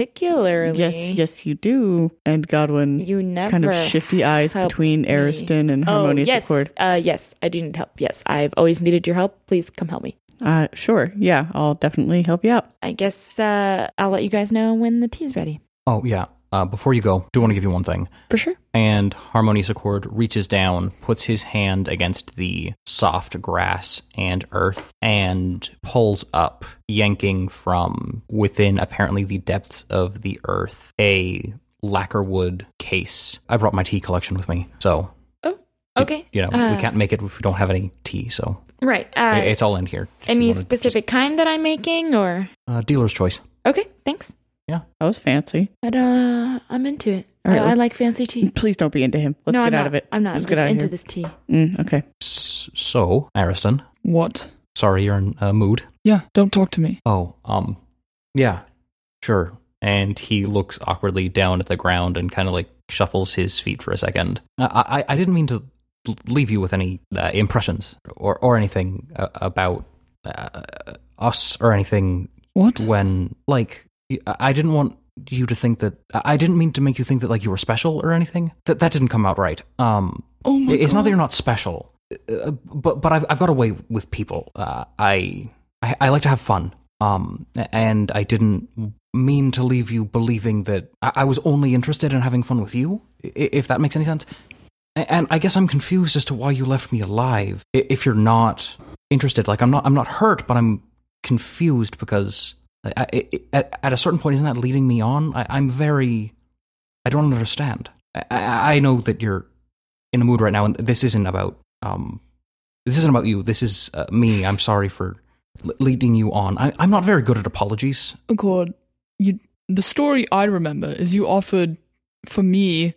Speaker 3: particularly.
Speaker 4: Yes, yes, you do. And Godwin,
Speaker 3: You never
Speaker 4: kind of shifty eyes
Speaker 3: help
Speaker 4: between
Speaker 3: me.
Speaker 4: Ariston and Harmonious
Speaker 3: oh, yes.
Speaker 4: Accord.
Speaker 3: Uh, yes, I do need help. Yes, I've always needed your help. Please come help me.
Speaker 4: Uh, sure, yeah, I'll definitely help you out.
Speaker 3: I guess uh, I'll let you guys know when the tea's ready.
Speaker 1: Oh, yeah. Uh, before you go, do want to give you one thing.
Speaker 3: For sure.
Speaker 1: And Harmonious Accord reaches down, puts his hand against the soft grass and earth, and pulls up, yanking from within apparently the depths of the earth, a lacquerwood case. I brought my tea collection with me, so
Speaker 3: Oh, okay.
Speaker 1: you know
Speaker 3: Uh,
Speaker 1: we can't make it if we don't have any tea. So
Speaker 3: Right.
Speaker 1: i-
Speaker 3: Uh,
Speaker 1: it's all in here. If you
Speaker 3: any
Speaker 1: wanna just-
Speaker 3: specific kind that I'm making or?
Speaker 1: uh, dealer's choice?
Speaker 3: Okay, thanks.
Speaker 4: That was fancy.
Speaker 3: But uh, I'm into it.
Speaker 4: All right,
Speaker 3: I, I
Speaker 4: let's-
Speaker 3: like fancy tea.
Speaker 4: Please don't be into him. Let's
Speaker 3: no,
Speaker 4: get
Speaker 3: I'm
Speaker 4: out
Speaker 3: not.
Speaker 4: of it.
Speaker 3: I'm not.
Speaker 4: Let's
Speaker 3: I'm
Speaker 4: get
Speaker 3: just
Speaker 4: out of
Speaker 3: into
Speaker 4: here.
Speaker 3: this tea.
Speaker 4: Mm, okay.
Speaker 1: S- so, Ariston,
Speaker 5: What?
Speaker 1: sorry you're in a mood.
Speaker 5: Yeah, don't talk to me.
Speaker 1: Oh, um, yeah, sure. And he looks awkwardly down at the ground and kind of like shuffles his feet for a second. Uh, I, I, I didn't mean to l- leave you with any uh, impressions or or anything uh, about uh, us or anything.
Speaker 5: What?
Speaker 1: When like y- I I didn't want you to think that I I didn't mean to make you think that like you were special or anything. That that didn't come out right. Um,
Speaker 5: Oh my
Speaker 1: it's not that
Speaker 5: God.
Speaker 1: you're not special, uh, but but I've I've got away with people. Uh, I, I I like to have fun. Um, and I didn't mean to leave you believing that I, I was only interested in having fun with you. i- If that makes any sense. A- And I guess I'm confused as to why you left me alive. i- If you're not interested, like I'm not I'm not hurt, but I'm confused because. I, I, I- at, at a certain point, isn't that leading me on? I, I'm very. I don't understand. I, I, I know that you're in a mood right now, and this isn't about um, this isn't about you. This is uh, me. I'm sorry for l- leading you on. I, I'm not very good at apologies.
Speaker 5: Accord, Oh you. The story I remember is you offered for me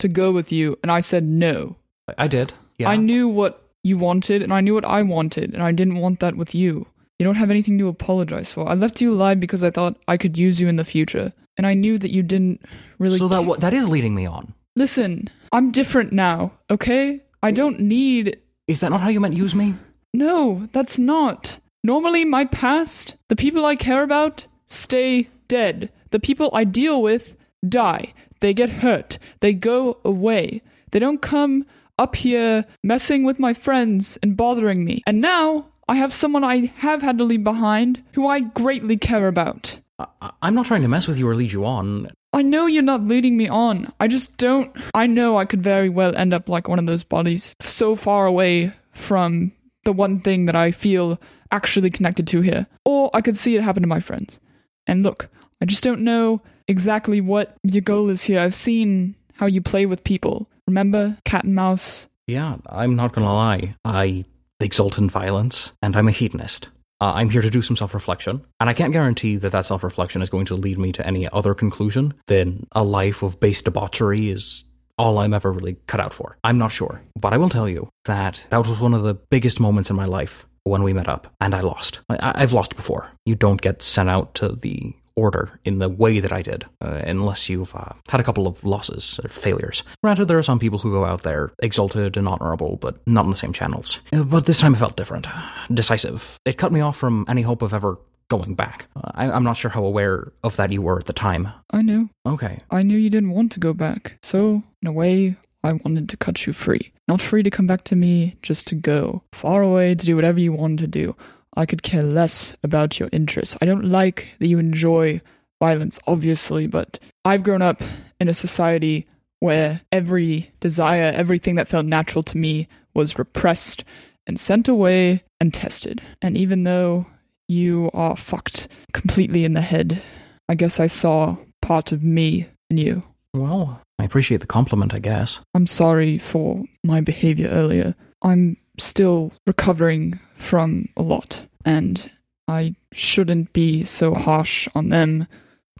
Speaker 5: to go with you, and I said no.
Speaker 1: I, I did. Yeah.
Speaker 5: I knew what you wanted, and I knew what I wanted, and I didn't want that with you. You don't have anything to apologize for. I left you alive because I thought I could use you in the future, and I knew that you didn't really.
Speaker 1: so that
Speaker 5: ca-
Speaker 1: what that is leading me on.
Speaker 5: Listen, I'm different now. Okay, I don't need
Speaker 1: Is that not how you meant use me?
Speaker 5: No, that's not. Normally, my past, the people I care about, stay dead. The people I deal with die. They get hurt. They go away. They don't come up here messing with my friends and bothering me. And now I have someone I have had to leave behind who I greatly care about.
Speaker 1: I, I- I'm not trying to mess with you or lead you on.
Speaker 5: I know you're not leading me on. I just don't. I know I could very well end up like one of those bodies so far away from the one thing that I feel actually connected to here. Or I could see it happen to my friends. And look, I just don't know exactly what your goal is here. I've seen how you play with people. Remember cat and mouse?
Speaker 1: Yeah, I'm not gonna lie. I exult in violence, and I'm a hedonist. Uh, I'm here to do some self reflection, and I can't guarantee that that self reflection is going to lead me to any other conclusion than a life of base debauchery is all I'm ever really cut out for. I'm not sure, but I will tell you that that was one of the biggest moments in my life when we met up, and I lost. I- I- I've lost before. You don't get sent out to the order in the way that I did, uh, unless you've uh, had a couple of losses or failures. Granted, there are some people who go out there exalted and honorable, but not in the same channels. Uh, But this time it felt different, decisive. It cut me off from any hope of ever going back. Uh, I- I'm not sure how aware of that you were at the time.
Speaker 5: I knew.
Speaker 1: Okay,
Speaker 5: I knew you didn't want to go back. So, in a way, I wanted to cut you free. Not free to come back to me, just to go far away to do whatever you wanted to do. I could care less about your interests. I don't like that you enjoy violence, obviously, but I've grown up in a society where every desire, everything that felt natural to me was repressed and sent away and tested. And even though you are fucked completely in the head, I guess I saw part of me in you.
Speaker 1: Well, I appreciate the compliment, I guess.
Speaker 5: I'm sorry for my behavior earlier. I'm still recovering from a lot, and I shouldn't be so harsh on them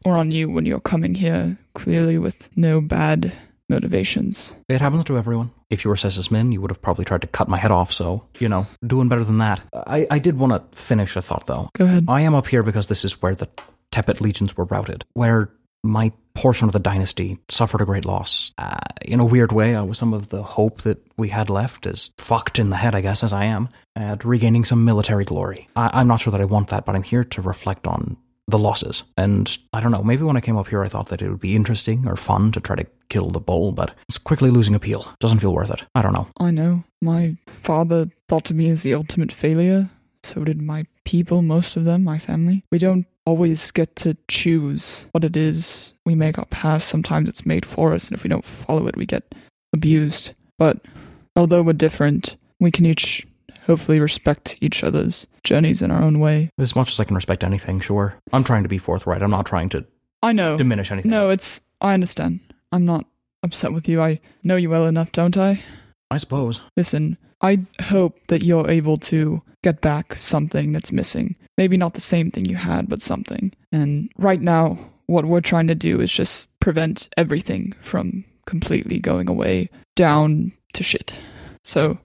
Speaker 5: or on you when you're coming here clearly with no bad motivations.
Speaker 1: It happens to everyone. If you were Cessus Min, you would have probably tried to cut my head off, so, you know, doing better than that. I, I did want to finish a thought, though.
Speaker 5: Go ahead.
Speaker 1: I am up here because this is where the Tepet legions were routed, where my portion of the dynasty suffered a great loss. Uh, in a weird way, I was some of the hope that we had left, as fucked in the head, I guess, as I am, at regaining some military glory. I- I'm not sure that I want that, but I'm here to reflect on the losses. And I don't know, maybe when I came up here, I thought that it would be interesting or fun to try to kill the bull, but it's quickly losing appeal. Doesn't feel worth it. I don't know.
Speaker 5: I know. My father thought of me as the ultimate failure. So did my people, most of them, my family. We don't always get to choose what it is we make our past. Sometimes it's made for us, and if we don't follow it, we get abused. But although we're different, we can each hopefully respect each other's journeys in our own way.
Speaker 1: As much as I can respect anything, sure. I'm trying to be forthright. I'm not trying to
Speaker 5: I know.
Speaker 1: diminish anything.
Speaker 5: Oh. No, it's. I understand. I'm not upset with you. I know you well enough, don't I?
Speaker 1: I suppose.
Speaker 5: Listen, I hope that you're able to get back something that's missing. Maybe not the same thing you had, but something. And right now, what we're trying to do is just prevent everything from completely going away down to shit. So,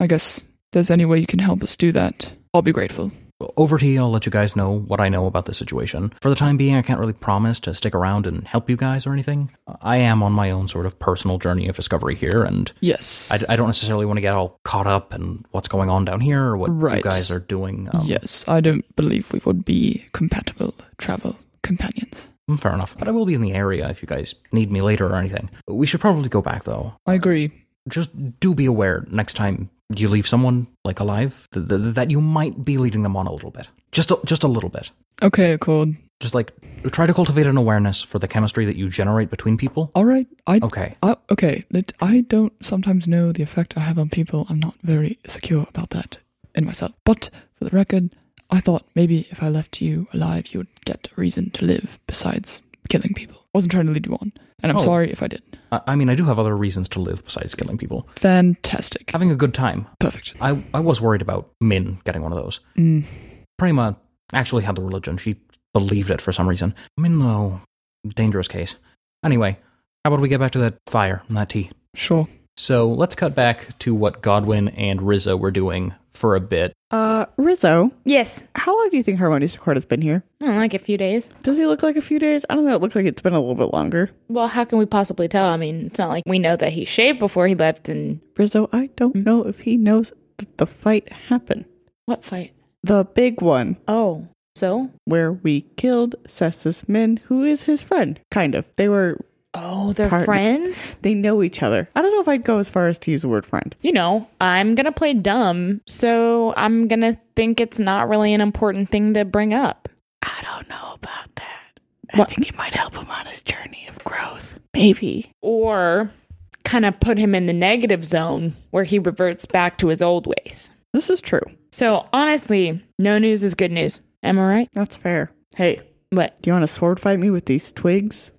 Speaker 5: I guess if there's any way you can help us do that, I'll be grateful.
Speaker 1: Over to you, I'll let you guys know what I know about the situation. For the time being, I can't really promise to stick around and help you guys or anything. I am on my own sort of personal journey of discovery here, and
Speaker 5: Yes.
Speaker 1: I, I don't necessarily want to get all caught up in what's going on down here or what you
Speaker 5: Right.
Speaker 1: guys are doing. Um,
Speaker 5: yes, I don't believe we would be compatible travel companions.
Speaker 1: mm, Fair enough. But I will be in the area if you guys need me later or anything. We should probably go back, though.
Speaker 5: I agree.
Speaker 1: Just do be aware next time you leave someone, like, alive, th- th- that you might be leading them on a little bit. Just a, just a little bit.
Speaker 5: Okay, Accord.
Speaker 1: Just, like, try to cultivate an awareness for the chemistry that you generate between people.
Speaker 5: All right. I
Speaker 1: Okay.
Speaker 5: I, okay, it, I don't sometimes know the effect I have on people. I'm not very secure about that in myself. But for the record, I thought maybe if I left you alive, you would get a reason to live besides killing people. I wasn't trying to lead you on, and I'm
Speaker 1: Oh.
Speaker 5: sorry if I did.
Speaker 1: I, I mean, I do have other reasons to live besides killing people.
Speaker 5: Fantastic.
Speaker 1: Having a good time.
Speaker 5: Perfect.
Speaker 1: I, I was worried about Min getting one of those.
Speaker 5: Mm,
Speaker 1: Prima actually had the religion. She believed it for some reason. Min, though, dangerous case. Anyway, how about we get back to that fire and that tea?
Speaker 5: sure.
Speaker 1: So let's cut back to what Godwin and Rizzo were doing for a bit.
Speaker 4: Uh, Rizzo,
Speaker 3: Yes.
Speaker 4: how long do you think Harmonious Accord has been here?
Speaker 3: I don't know, like a few days.
Speaker 4: Does he look like a few days? I don't know. It looks like it's been a little bit longer.
Speaker 3: Well, how can we possibly tell? I mean, it's not like we know that he shaved before he left and
Speaker 4: Rizzo, I don't know if he knows that the fight happened.
Speaker 3: what fight?
Speaker 4: The big one
Speaker 3: Oh, so?
Speaker 4: where we killed Cessus Min, who is his friend, kind of. They were,
Speaker 3: Oh, they're
Speaker 4: Pardon.
Speaker 3: friends?
Speaker 4: they know each other. I don't know if I'd go as far as to use the word friend.
Speaker 3: You know, I'm going to play dumb, so I'm going to think it's not really an important thing to bring up.
Speaker 4: I don't know about that.
Speaker 3: What?
Speaker 4: I think it might help him on his journey of growth. Maybe.
Speaker 3: Or kind of put him in the negative zone where he reverts back to his old ways.
Speaker 4: This is true.
Speaker 3: So, honestly, no news is good news. Am I right?
Speaker 4: That's fair. Hey,
Speaker 3: What?
Speaker 4: do you want to sword fight me with these twigs?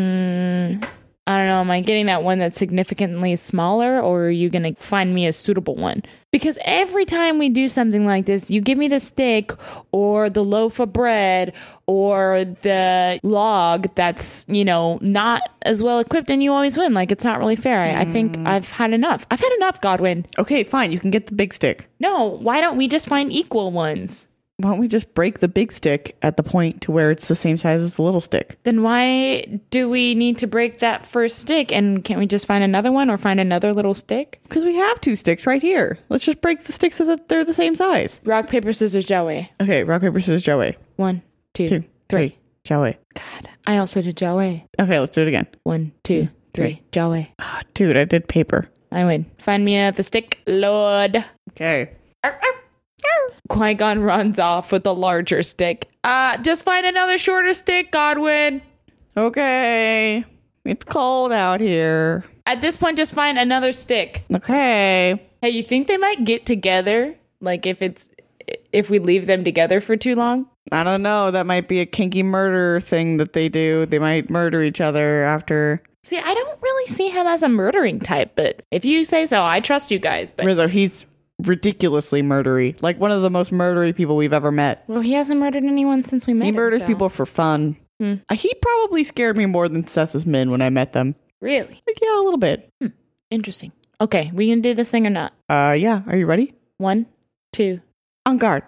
Speaker 3: Mm, I don't know. Am I getting that one that's significantly smaller, or are you going to find me a suitable one? Because every time we do something like this, you give me the stick or the loaf of bread or the log that's, you know, not as well equipped, and you always win. Like, it's not really fair. I, I think I've had enough. I've had enough, Godwin.
Speaker 4: Okay, fine. You can get the big stick.
Speaker 3: No, why don't we just find equal ones?
Speaker 4: Why don't we just break the big stick at the point to where it's the same size as the little stick?
Speaker 3: Then why do we need to break that first stick? And can't we just find another one or find another little stick?
Speaker 4: Because we have two sticks right here. Let's just break the sticks so that they're the same size.
Speaker 3: Rock, paper, scissors, Joey.
Speaker 4: Okay, rock, paper, scissors, Joey.
Speaker 3: One, two, three.
Speaker 4: Two, Joey.
Speaker 3: I also did Joey.
Speaker 4: Okay, let's do it again.
Speaker 3: One, two, three. Joey.
Speaker 4: Ah, dude, I did paper.
Speaker 3: I win. Find me another stick, Lord.
Speaker 4: Okay.
Speaker 3: Arr, arr. Qui Gon runs off with the larger stick. Uh, just find another shorter stick, Godwin.
Speaker 4: Okay. It's cold out here.
Speaker 3: At this point, just find another stick.
Speaker 4: Okay.
Speaker 3: Hey, you think they might get together? Like if it's if we leave them together for too long?
Speaker 4: I don't know. That might be a kinky murder thing that they do. They might murder each other after.
Speaker 3: See, I don't really see him as a murdering type, but if you say so, I trust you guys. But
Speaker 4: Rizzo, he's ridiculously murdery. Like one of the most murdery people we've ever met.
Speaker 3: well, he hasn't murdered anyone since we met.
Speaker 4: He
Speaker 3: him,
Speaker 4: murders
Speaker 3: so-
Speaker 4: people for fun.
Speaker 3: Hmm.
Speaker 4: Uh, He probably scared me more than Seth's men when I met them.
Speaker 3: Really
Speaker 4: Like, yeah, a little bit.
Speaker 3: interesting. Okay, we gonna do this thing or not?
Speaker 4: Uh, yeah. Are you ready?
Speaker 3: One, two.
Speaker 4: On guard.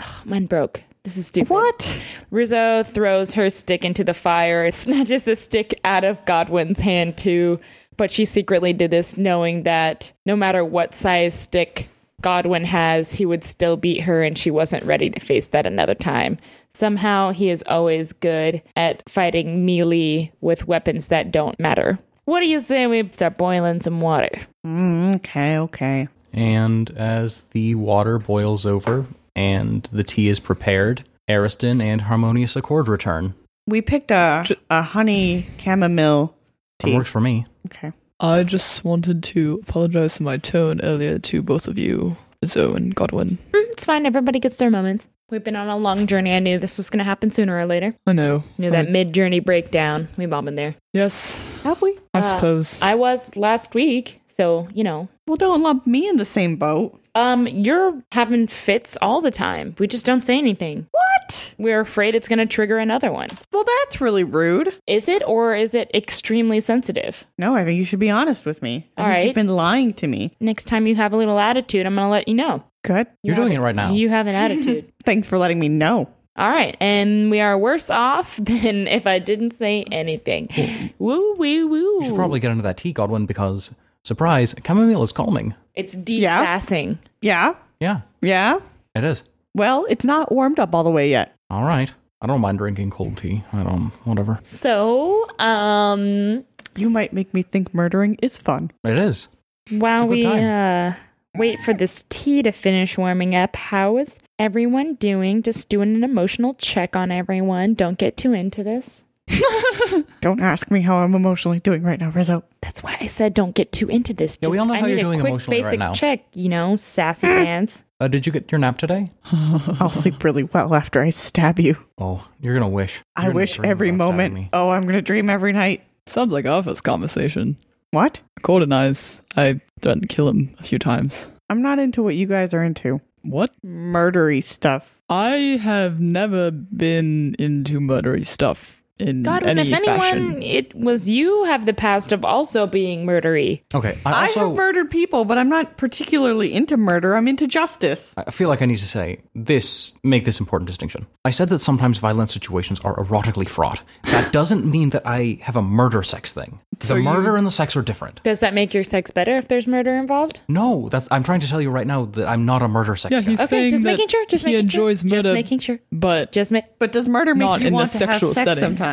Speaker 3: Oh, mine broke. This is stupid.
Speaker 4: What?
Speaker 3: Rizzo throws her stick into the fire, snatches the stick out of Godwin's hand too, but she secretly did this knowing that no matter what size stick Godwin has, he would still beat her and she wasn't ready to face that another time. Somehow he is always good at fighting melee with weapons that don't matter. What do you say we start boiling some water?
Speaker 4: Mm, okay, okay.
Speaker 1: And as the water boils over and the tea is prepared, Ariston and Harmonious Accord return.
Speaker 4: We picked a a honey chamomile
Speaker 1: That
Speaker 4: tea.
Speaker 1: works for me.
Speaker 4: Okay.
Speaker 5: I just wanted to apologize for my tone earlier to both of you, Zoe and Godwin.
Speaker 3: Mm, It's fine, everybody gets their moments. We've been on a long journey. I knew this was going to happen sooner or later.
Speaker 5: I know.
Speaker 3: Knew that
Speaker 5: I-
Speaker 3: mid journey breakdown. We've all been there.
Speaker 5: yes,
Speaker 4: Have we?
Speaker 5: I
Speaker 3: Uh,
Speaker 5: suppose.
Speaker 3: I was last week, so you know.
Speaker 4: Well, don't lump me in the same boat.
Speaker 3: Um, you're having fits all the time. We just don't say anything.
Speaker 4: What?
Speaker 3: We're afraid it's going to trigger another one.
Speaker 4: Well, that's really rude.
Speaker 3: Is it, or is it extremely sensitive?
Speaker 4: No, I think you should be honest with me. I
Speaker 3: All
Speaker 4: think
Speaker 3: right.
Speaker 4: You've been lying to me.
Speaker 3: Next time you have a little attitude, I'm going to let you know.
Speaker 4: Good.
Speaker 1: You're doing it right now.
Speaker 3: You have an attitude.
Speaker 4: Thanks for letting me know.
Speaker 3: all right, and we are worse off than if I didn't say anything. Woo, woo, woo.
Speaker 1: You should probably get into that tea, Godwin, because, surprise, chamomile is calming.
Speaker 3: It's desassing.
Speaker 4: Yeah?
Speaker 1: Yeah,
Speaker 4: Yeah?
Speaker 1: it is.
Speaker 4: Well, it's not warmed up all the way yet.
Speaker 1: All right. I don't mind drinking cold tea. I don't, whatever.
Speaker 3: So, um,
Speaker 4: You might make me think murdering is fun.
Speaker 1: It is.
Speaker 3: While
Speaker 1: It's a good
Speaker 3: we uh,
Speaker 1: time.
Speaker 3: wait for this tea to finish warming up, how is everyone doing? Just doing an emotional check on everyone. Don't get too into this.
Speaker 4: Don't ask me how I'm emotionally doing right now, Rizzo.
Speaker 3: That's why I said don't get too into this.
Speaker 1: Yeah, we
Speaker 3: Just-
Speaker 1: all know
Speaker 3: I
Speaker 1: how
Speaker 3: need
Speaker 1: you're
Speaker 3: a
Speaker 1: doing
Speaker 3: quick
Speaker 1: emotionally right
Speaker 3: basic
Speaker 1: now.
Speaker 3: Check, you know, sassy pants.
Speaker 1: Uh, did you get your nap today?
Speaker 4: I'll sleep really well after I stab you.
Speaker 1: Oh, you're going to wish.
Speaker 4: I
Speaker 1: You're gonna
Speaker 4: wish
Speaker 1: dream
Speaker 4: every
Speaker 1: about stabbing
Speaker 4: moment.
Speaker 1: me.
Speaker 4: Oh, I'm going to dream every night.
Speaker 5: Sounds like our first conversation.
Speaker 4: What?
Speaker 5: Gordon eyes. I threatened to kill him a few times.
Speaker 4: I'm not into what you guys are into.
Speaker 5: What?
Speaker 4: Murdery stuff.
Speaker 5: I have never been into murdery stuff in
Speaker 3: Godwin,
Speaker 5: any
Speaker 3: if anyone,
Speaker 5: fashion.
Speaker 3: it was you have the past of also being murdery.
Speaker 1: Okay. I
Speaker 4: I
Speaker 1: also.
Speaker 4: have murdered people, but I'm not particularly into murder. I'm into justice.
Speaker 1: I feel like I need to say this, make this important distinction. I said that sometimes violent situations are erotically fraught. That doesn't mean that I have a murder sex thing. The murder and the sex are different.
Speaker 3: Does that make your sex better if there's murder involved?
Speaker 1: No, that's, I'm trying to tell you right now that I'm not a murder sex
Speaker 5: Yeah,
Speaker 1: guy.
Speaker 5: he's
Speaker 3: Okay,
Speaker 5: saying
Speaker 3: just
Speaker 5: that
Speaker 3: making sure. Just
Speaker 5: he
Speaker 3: making
Speaker 5: enjoys
Speaker 3: sure.
Speaker 5: murder,
Speaker 3: Just making sure.
Speaker 5: but
Speaker 3: Just make.
Speaker 4: But does murder make
Speaker 5: Not
Speaker 4: you
Speaker 5: in
Speaker 4: want
Speaker 5: a
Speaker 4: to have
Speaker 5: sexual
Speaker 4: sex
Speaker 5: setting.
Speaker 4: sometimes?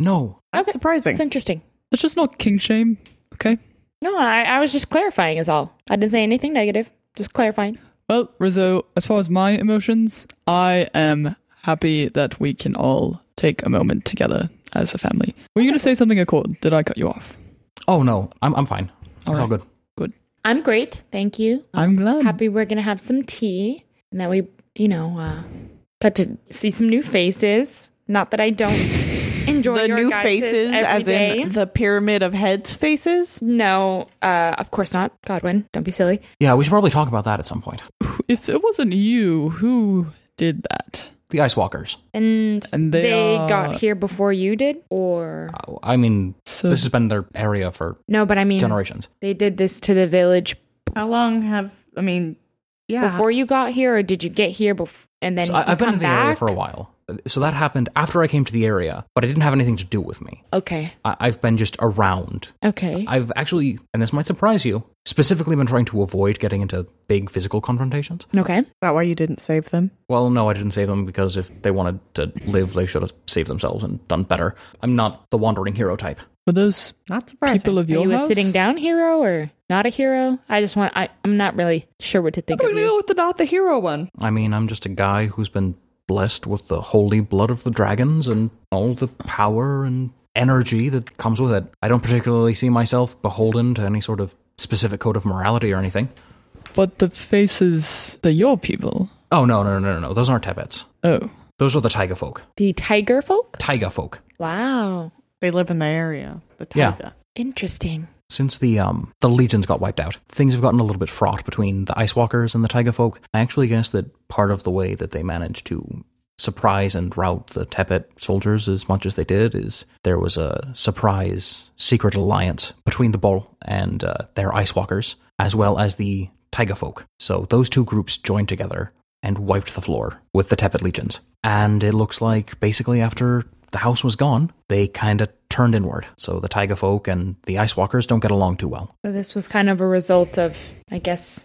Speaker 1: No,
Speaker 4: That's surprising.
Speaker 3: It's interesting.
Speaker 5: that's just not king shame. Okay.
Speaker 3: No, I, I was just clarifying is all. I didn't say anything negative. Just clarifying.
Speaker 5: Well, Rizzo, as far as my emotions, I am happy that we can all take a moment together as a family. Were you going to say something, Accord? Did I cut you off?
Speaker 1: Oh no, I'm I'm fine.
Speaker 5: All
Speaker 1: it's all
Speaker 5: right.
Speaker 1: good.
Speaker 3: I'm great. Thank you.
Speaker 5: I'm glad.
Speaker 3: Happy we're going to have some tea and that we, you know, uh, got to see some new faces. Not that I don't enjoy
Speaker 4: the
Speaker 3: your
Speaker 4: new
Speaker 3: guys'
Speaker 4: faces,
Speaker 3: every
Speaker 4: as
Speaker 3: day.
Speaker 4: in the pyramid of heads faces.
Speaker 3: no, uh, of course not. Godwin, don't be silly.
Speaker 1: Yeah, we should probably talk about that at some point.
Speaker 5: If it wasn't you, who did that?
Speaker 1: The Ice Walkers.
Speaker 3: And,
Speaker 5: And they are-
Speaker 3: got here before you did? Or.
Speaker 1: I mean,
Speaker 5: So
Speaker 1: this has been their area for
Speaker 3: No, but I mean,
Speaker 1: generations.
Speaker 3: they did this to the village
Speaker 4: How long have I mean? Yeah,
Speaker 3: before you got here, or did you get here before? And then
Speaker 1: So I, I've been in the area for a
Speaker 3: while.
Speaker 1: while. So that happened after I came to the area, but it didn't have anything to do with me.
Speaker 3: Okay.
Speaker 1: I, I've been just around.
Speaker 3: Okay.
Speaker 1: I've actually, and this might surprise you, specifically been trying to avoid getting into big physical confrontations.
Speaker 3: okay.
Speaker 4: Is that why you didn't save them?
Speaker 1: Well, no, I didn't save them because if they wanted to live, they should have saved themselves and done better. I'm not the wandering hero type.
Speaker 5: were those
Speaker 4: Not surprising.
Speaker 5: people of
Speaker 3: Are
Speaker 5: your
Speaker 3: you a
Speaker 5: house?
Speaker 3: sitting down hero or? not a hero? I just want. I, I'm not really sure what to think
Speaker 6: We're
Speaker 3: of
Speaker 6: gonna
Speaker 3: you.
Speaker 6: go with the not the hero one.
Speaker 1: I mean, I'm just a guy who's been blessed with the holy blood of the dragons and all the power and energy that comes with it. I don't particularly see myself beholden to any sort of specific code of morality or anything.
Speaker 5: But the faces, the Yo people.
Speaker 1: Oh, no, no, no, no, no. Those aren't Tibets.
Speaker 5: Oh,
Speaker 1: Those are the Taiga folk.
Speaker 3: The tiger folk.
Speaker 1: Taiga folk.
Speaker 3: Wow,
Speaker 4: They live in the area, the
Speaker 1: Yeah.
Speaker 4: taiga.
Speaker 3: interesting.
Speaker 1: Since the um the legions got wiped out, things have gotten a little bit fraught between the Ice Walkers and the Taiga folk. I actually guess that part of the way that they managed to surprise and rout the Tepet soldiers as much as they did is there was a surprise secret alliance between the Bol and uh, their Ice Walkers, as well as the Taiga folk. So those two groups joined together and wiped the floor with the Tepet legions. And it looks like basically after the house was gone, they kind of turned inward. So the Taiga folk and the Ice Walkers don't get along too well.
Speaker 3: So this was kind of a result of, I guess,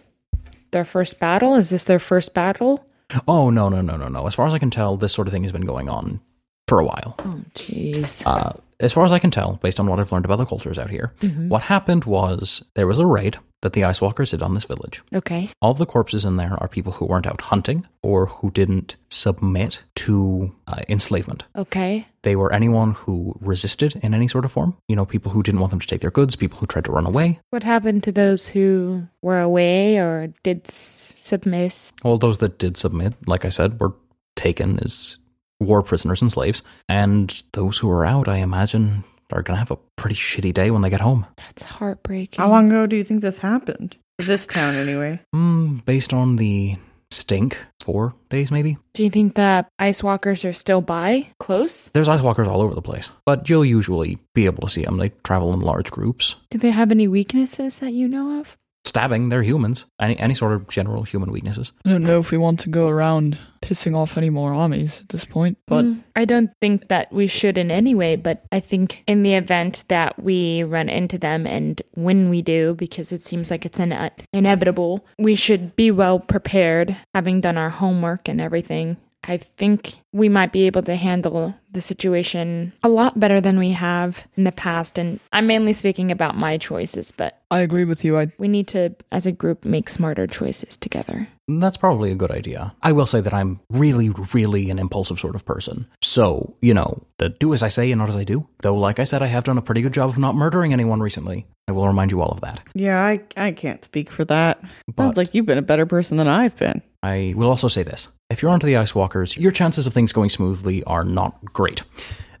Speaker 3: their first battle. Is this their first battle?
Speaker 1: Oh, no, no, no, no, no. As far as I can tell, this sort of thing has been going on for a while.
Speaker 3: Oh, jeez.
Speaker 1: Uh, as far as I can tell, based on what I've learned about the cultures out here, what happened was there was a raid that the Ice Walkers did on this village.
Speaker 3: Okay.
Speaker 1: All the corpses in there are people who weren't out hunting or who didn't submit to uh, enslavement.
Speaker 3: Okay.
Speaker 1: They were anyone who resisted in any sort of form. You know, people who didn't want them to take their goods, people who tried to run away,
Speaker 3: What happened to those who were away or did s- submit?
Speaker 1: All those that did submit, like I said, were taken as war prisoners and slaves. And those who are out, I imagine, are going to have a pretty shitty day when they get home.
Speaker 3: That's heartbreaking.
Speaker 6: How long ago do you think this happened? This town, anyway.
Speaker 1: Hmm, based on the stink, four days maybe.
Speaker 3: Do you think that ice walkers are still by? Close?
Speaker 1: There's ice walkers all over the place, but you'll usually be able to see them. They travel in large groups.
Speaker 3: Do they have any weaknesses that you know of?
Speaker 1: Stabbing, they're humans. Any, any sort of general human weaknesses.
Speaker 5: I don't know if we want to go around pissing off any more armies at this point, but
Speaker 3: Mm, I don't think that we should in any way, but I think in the event that we run into them and when we do, because it seems like it's ine- inevitable, we should be well prepared, having done our homework and everything. I think we might be able to handle the situation a lot better than we have in the past. And I'm mainly speaking about my choices, but
Speaker 5: I agree with you. I
Speaker 3: we need to, as a group, make smarter choices together.
Speaker 1: That's probably a good idea. I will say that I'm really, really an impulsive sort of person. So, you know, the do as I say and not as I do. Though, like I said, I have done a pretty good job of not murdering anyone recently. I will remind you all of that.
Speaker 6: Yeah, I
Speaker 4: I can't speak for that.
Speaker 1: But
Speaker 4: Sounds like you've been a better person than I've been.
Speaker 1: I will also say this if you're onto the Ice Walkers, your chances of things going smoothly are not great.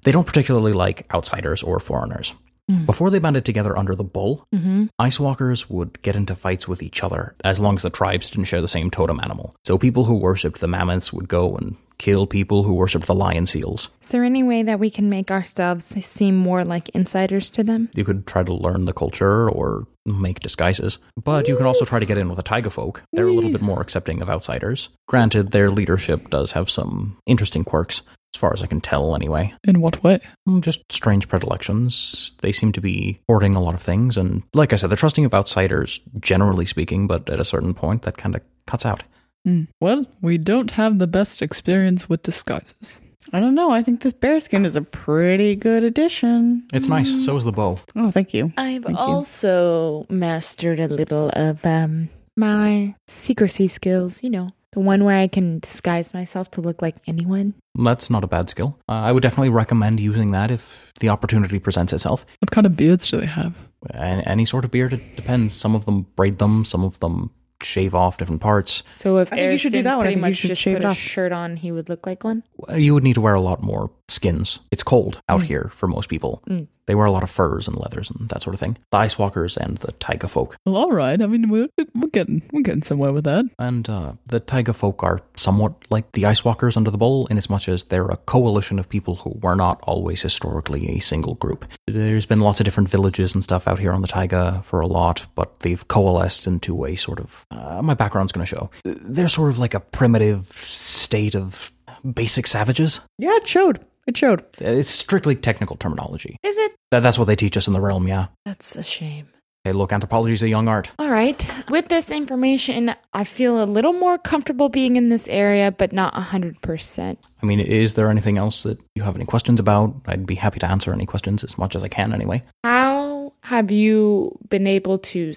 Speaker 1: They don't particularly like outsiders or foreigners. Before they banded together under the bull, ice walkers would get into fights with each other as long as the tribes didn't share the same totem animal. So people who worshipped the mammoths would go and kill people who worshipped the lion seals.
Speaker 3: Is there any way that we can make ourselves seem more like insiders to them?
Speaker 1: You could try to learn the culture or make disguises, but you can also try to get in with the taiga folk. They're a little bit more accepting of outsiders. Granted, their leadership does have some interesting quirks, as far as I can tell, anyway.
Speaker 5: in what way?
Speaker 1: Mm, Just strange predilections. They seem to be hoarding a lot of things, and like I said, they're trusting of outsiders, generally speaking, but at a certain point, that kind of cuts out.
Speaker 5: Hmm. Well, we don't have the best experience with disguises.
Speaker 4: I don't know. I think this bear skin is a pretty good addition.
Speaker 1: It's nice. So is the bow.
Speaker 4: Oh, thank you.
Speaker 3: I've
Speaker 4: Thank you.
Speaker 3: also mastered a little of um my secrecy skills, you know, the one where I can disguise myself to look like anyone.
Speaker 1: That's not a bad skill. Uh, I would definitely recommend using that if the opportunity presents itself.
Speaker 5: What kind of beards do they have?
Speaker 1: Any, any sort of beard, it depends. Some of them braid them, some of them shave off different parts.
Speaker 3: So if
Speaker 4: I think you should do
Speaker 3: Ariston
Speaker 4: that one. I
Speaker 3: pretty
Speaker 4: think you
Speaker 3: much
Speaker 4: should
Speaker 3: just
Speaker 4: shave
Speaker 3: put
Speaker 4: it
Speaker 3: a
Speaker 4: off.
Speaker 3: shirt on, he would look like one.
Speaker 1: You would need to wear a lot more skins. It's cold out here for most people.
Speaker 3: Mm.
Speaker 1: They wear a lot of furs and leathers and that sort of thing. The ice walkers and the taiga folk.
Speaker 5: Well, all right. I mean, we're, we're getting we're getting somewhere with that.
Speaker 1: And uh, the taiga folk are somewhat like the ice walkers under the bowl, in as much as they're a coalition of people who were not always historically a single group. There's been lots of different villages and stuff out here on the taiga for a lot, but they've coalesced into a sort of. Uh, my background's going to show. They're sort of like a primitive state of basic savages.
Speaker 4: Yeah, it showed. It showed.
Speaker 1: It's strictly technical terminology.
Speaker 3: Is it?
Speaker 1: That, that's what they teach us in the realm, yeah.
Speaker 3: That's a shame.
Speaker 1: Hey, look, anthropology's a young art.
Speaker 3: All right. With this information, I feel a little more comfortable being in this area, but not 100%.
Speaker 1: I mean, is there anything else that you have any questions about? I'd be happy to answer any questions as much as I can, anyway.
Speaker 3: How have you been able to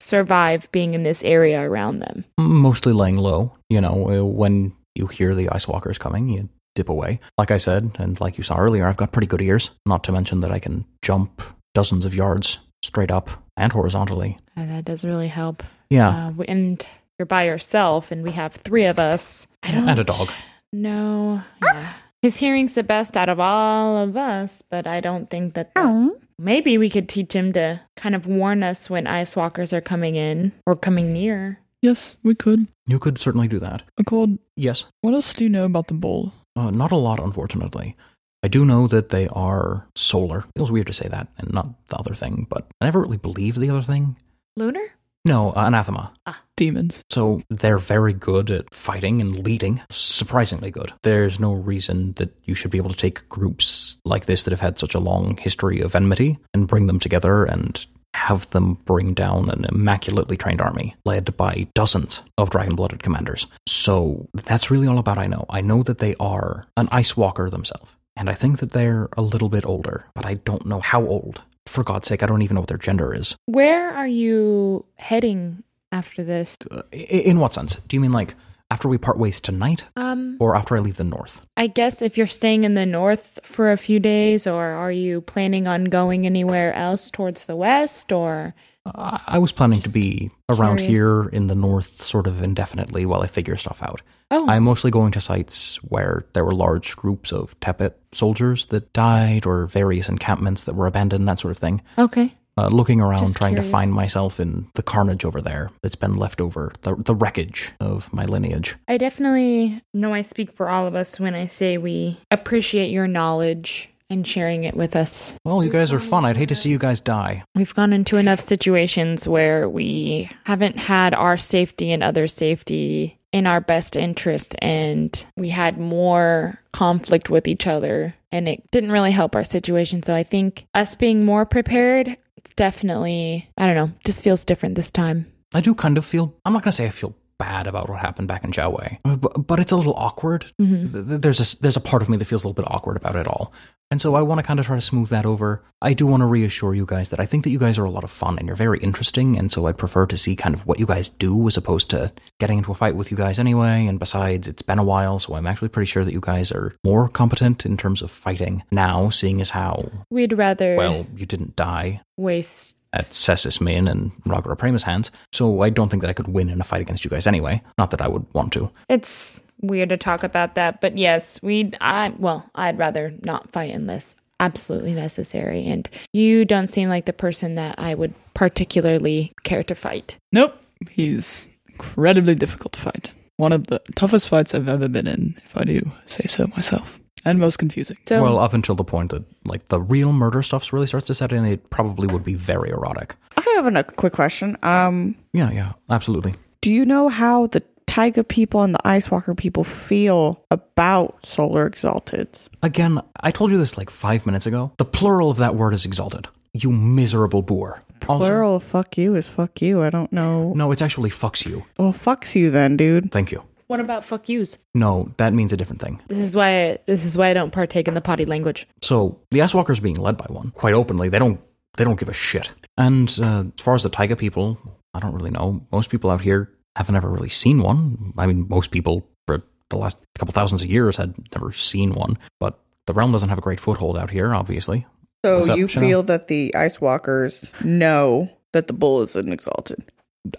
Speaker 3: survive being in this area around them.
Speaker 1: mostly laying low. You know, uh, when you hear the ice walkers coming, you dip away. Like I said, and like you saw earlier, I've got pretty good ears. Not to mention that I can jump dozens of yards straight up and horizontally.
Speaker 3: Uh, that does really help.
Speaker 1: Yeah,
Speaker 3: Uh, we- and you're by yourself, and we have three of us. I don't
Speaker 1: and a dog.
Speaker 3: No. Yeah. His hearing's the best out of all of us, but I don't think that. that-
Speaker 4: Hmm.
Speaker 3: Maybe we could teach him to kind of warn us when ice walkers are coming in or coming near.
Speaker 5: Yes, we could.
Speaker 1: You could certainly do that.
Speaker 5: Accord,
Speaker 1: Yes,
Speaker 5: what else do you know about the bowl?
Speaker 1: uh, not a lot, unfortunately. I do know that they are solar. Feels weird to say that, and not the other thing, but I never really believed the other thing.
Speaker 3: Lunar?
Speaker 1: No, uh, anathema.
Speaker 5: Demons.
Speaker 1: So they're very good at fighting and leading, surprisingly good. There's no reason that you should be able to take groups like this that have had such a long history of enmity and bring them together and have them bring down an immaculately trained army led by dozens of dragon blooded commanders. So that's really all about I know. I know that they are an ice walker themselves. And I think that they're a little bit older, but I don't know how old. For God's sake, I don't even know what their gender is.
Speaker 3: Where are you heading after this?
Speaker 1: Uh, i- in what sense? Do you mean like after we part ways tonight?
Speaker 3: Um,
Speaker 1: or after I leave the north.
Speaker 3: I guess if you're staying in the north for a few days, or are you planning on going anywhere else towards the west, or
Speaker 1: I I was planning to be around
Speaker 3: curious.
Speaker 1: here in the north sort of indefinitely while I figure stuff out.
Speaker 3: oh,
Speaker 1: I'm mostly going to sites where there were large groups of Tepet soldiers that died or various encampments that were abandoned, that sort of thing.
Speaker 3: okay,
Speaker 1: Uh, looking around,
Speaker 3: Just
Speaker 1: trying to
Speaker 3: curious.
Speaker 1: find myself in the carnage over there that's been left over, the, the wreckage of my lineage.
Speaker 3: I definitely know I speak for all of us when I say we appreciate your knowledge and sharing it with us.
Speaker 1: Well, you guys are fun. I'd hate to see you guys die.
Speaker 3: We've gone into enough situations where we haven't had our safety and other safety in our best interest, and we had more conflict with each other, and it didn't really help our situation. So I think us being more prepared, it's definitely, I don't know, just feels different this time.
Speaker 1: I do kind of feel, I'm not going to say I feel bad about what happened back in Jiaowei, but, but it's a little awkward
Speaker 3: Mm-hmm.
Speaker 1: th- th- there's a there's a part of me that feels a little bit awkward about it all and so i want to kind of try to smooth that over i do want to reassure you guys that i think that you guys are a lot of fun and you're very interesting and so i'd prefer to see kind of what you guys do as opposed to getting into a fight with you guys anyway and besides it's been a while so i'm actually pretty sure that you guys are more competent in terms of fighting now seeing as how
Speaker 3: We'd rather
Speaker 1: well you didn't die
Speaker 3: waste.
Speaker 1: at Cessus Min and Ragora Prema's hands, so I don't think that I could win in a fight against you guys anyway. Not that I would want to.
Speaker 3: It's weird to talk about that, but yes, we'd, I, well, I'd rather not fight unless absolutely necessary. And you don't seem like the person that I would particularly care to fight.
Speaker 5: Nope. He's incredibly difficult to fight. One of the toughest fights I've ever been in, if I do say so myself. And most confusing.
Speaker 3: So,
Speaker 1: well, up until the point that like the real murder stuff really starts to set in, it probably would be very erotic.
Speaker 4: I have a quick question. Um,
Speaker 1: Yeah, yeah, absolutely.
Speaker 4: do you know how the Taiga people and the Ice Walker people feel about Solar Exalted?
Speaker 1: Again, I told you this like five minutes ago. The plural of that word is exalted. You miserable boor. Also-
Speaker 4: Plural of fuck you is fuck you. I don't know.
Speaker 1: no, it's actually fucks you.
Speaker 4: Well, fucks you then, dude.
Speaker 1: Thank you.
Speaker 3: what about fuck yous?
Speaker 1: No, that means a different thing.
Speaker 3: This is why this is why I don't partake in the potty language.
Speaker 1: So the Ice Walkers being led by one, quite openly, they don't they don't give a shit. And uh, as far as the Taiga people, I don't really know. Most people out here haven't ever really seen one. I mean, most people for the last couple thousands of years had never seen one. But the realm doesn't have a great foothold out here, obviously. What's
Speaker 6: So
Speaker 1: up,
Speaker 6: you
Speaker 1: Chanel?
Speaker 6: feel that the ice walkers know that the bull is an exalted.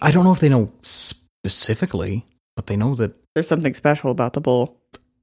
Speaker 1: I don't know if they know specifically, but they know that
Speaker 4: There's something special about the bull.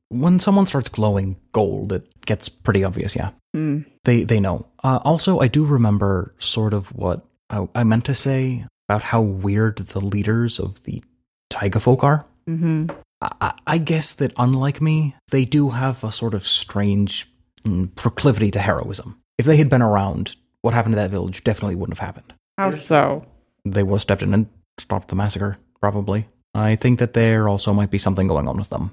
Speaker 1: when someone starts glowing gold, it gets pretty obvious. Yeah.
Speaker 4: Hmm.
Speaker 1: they they know. Uh, also, I do remember sort of what I, I meant to say about how weird the leaders of the taiga folk are.
Speaker 4: Mm-hmm.
Speaker 1: I- I, I guess that unlike me, they do have a sort of strange mm, proclivity to heroism. If they had been around, what happened to that village definitely wouldn't have happened.
Speaker 4: How so?
Speaker 1: They would have stepped in and stopped the massacre, probably. I think that there also might be something going on with them.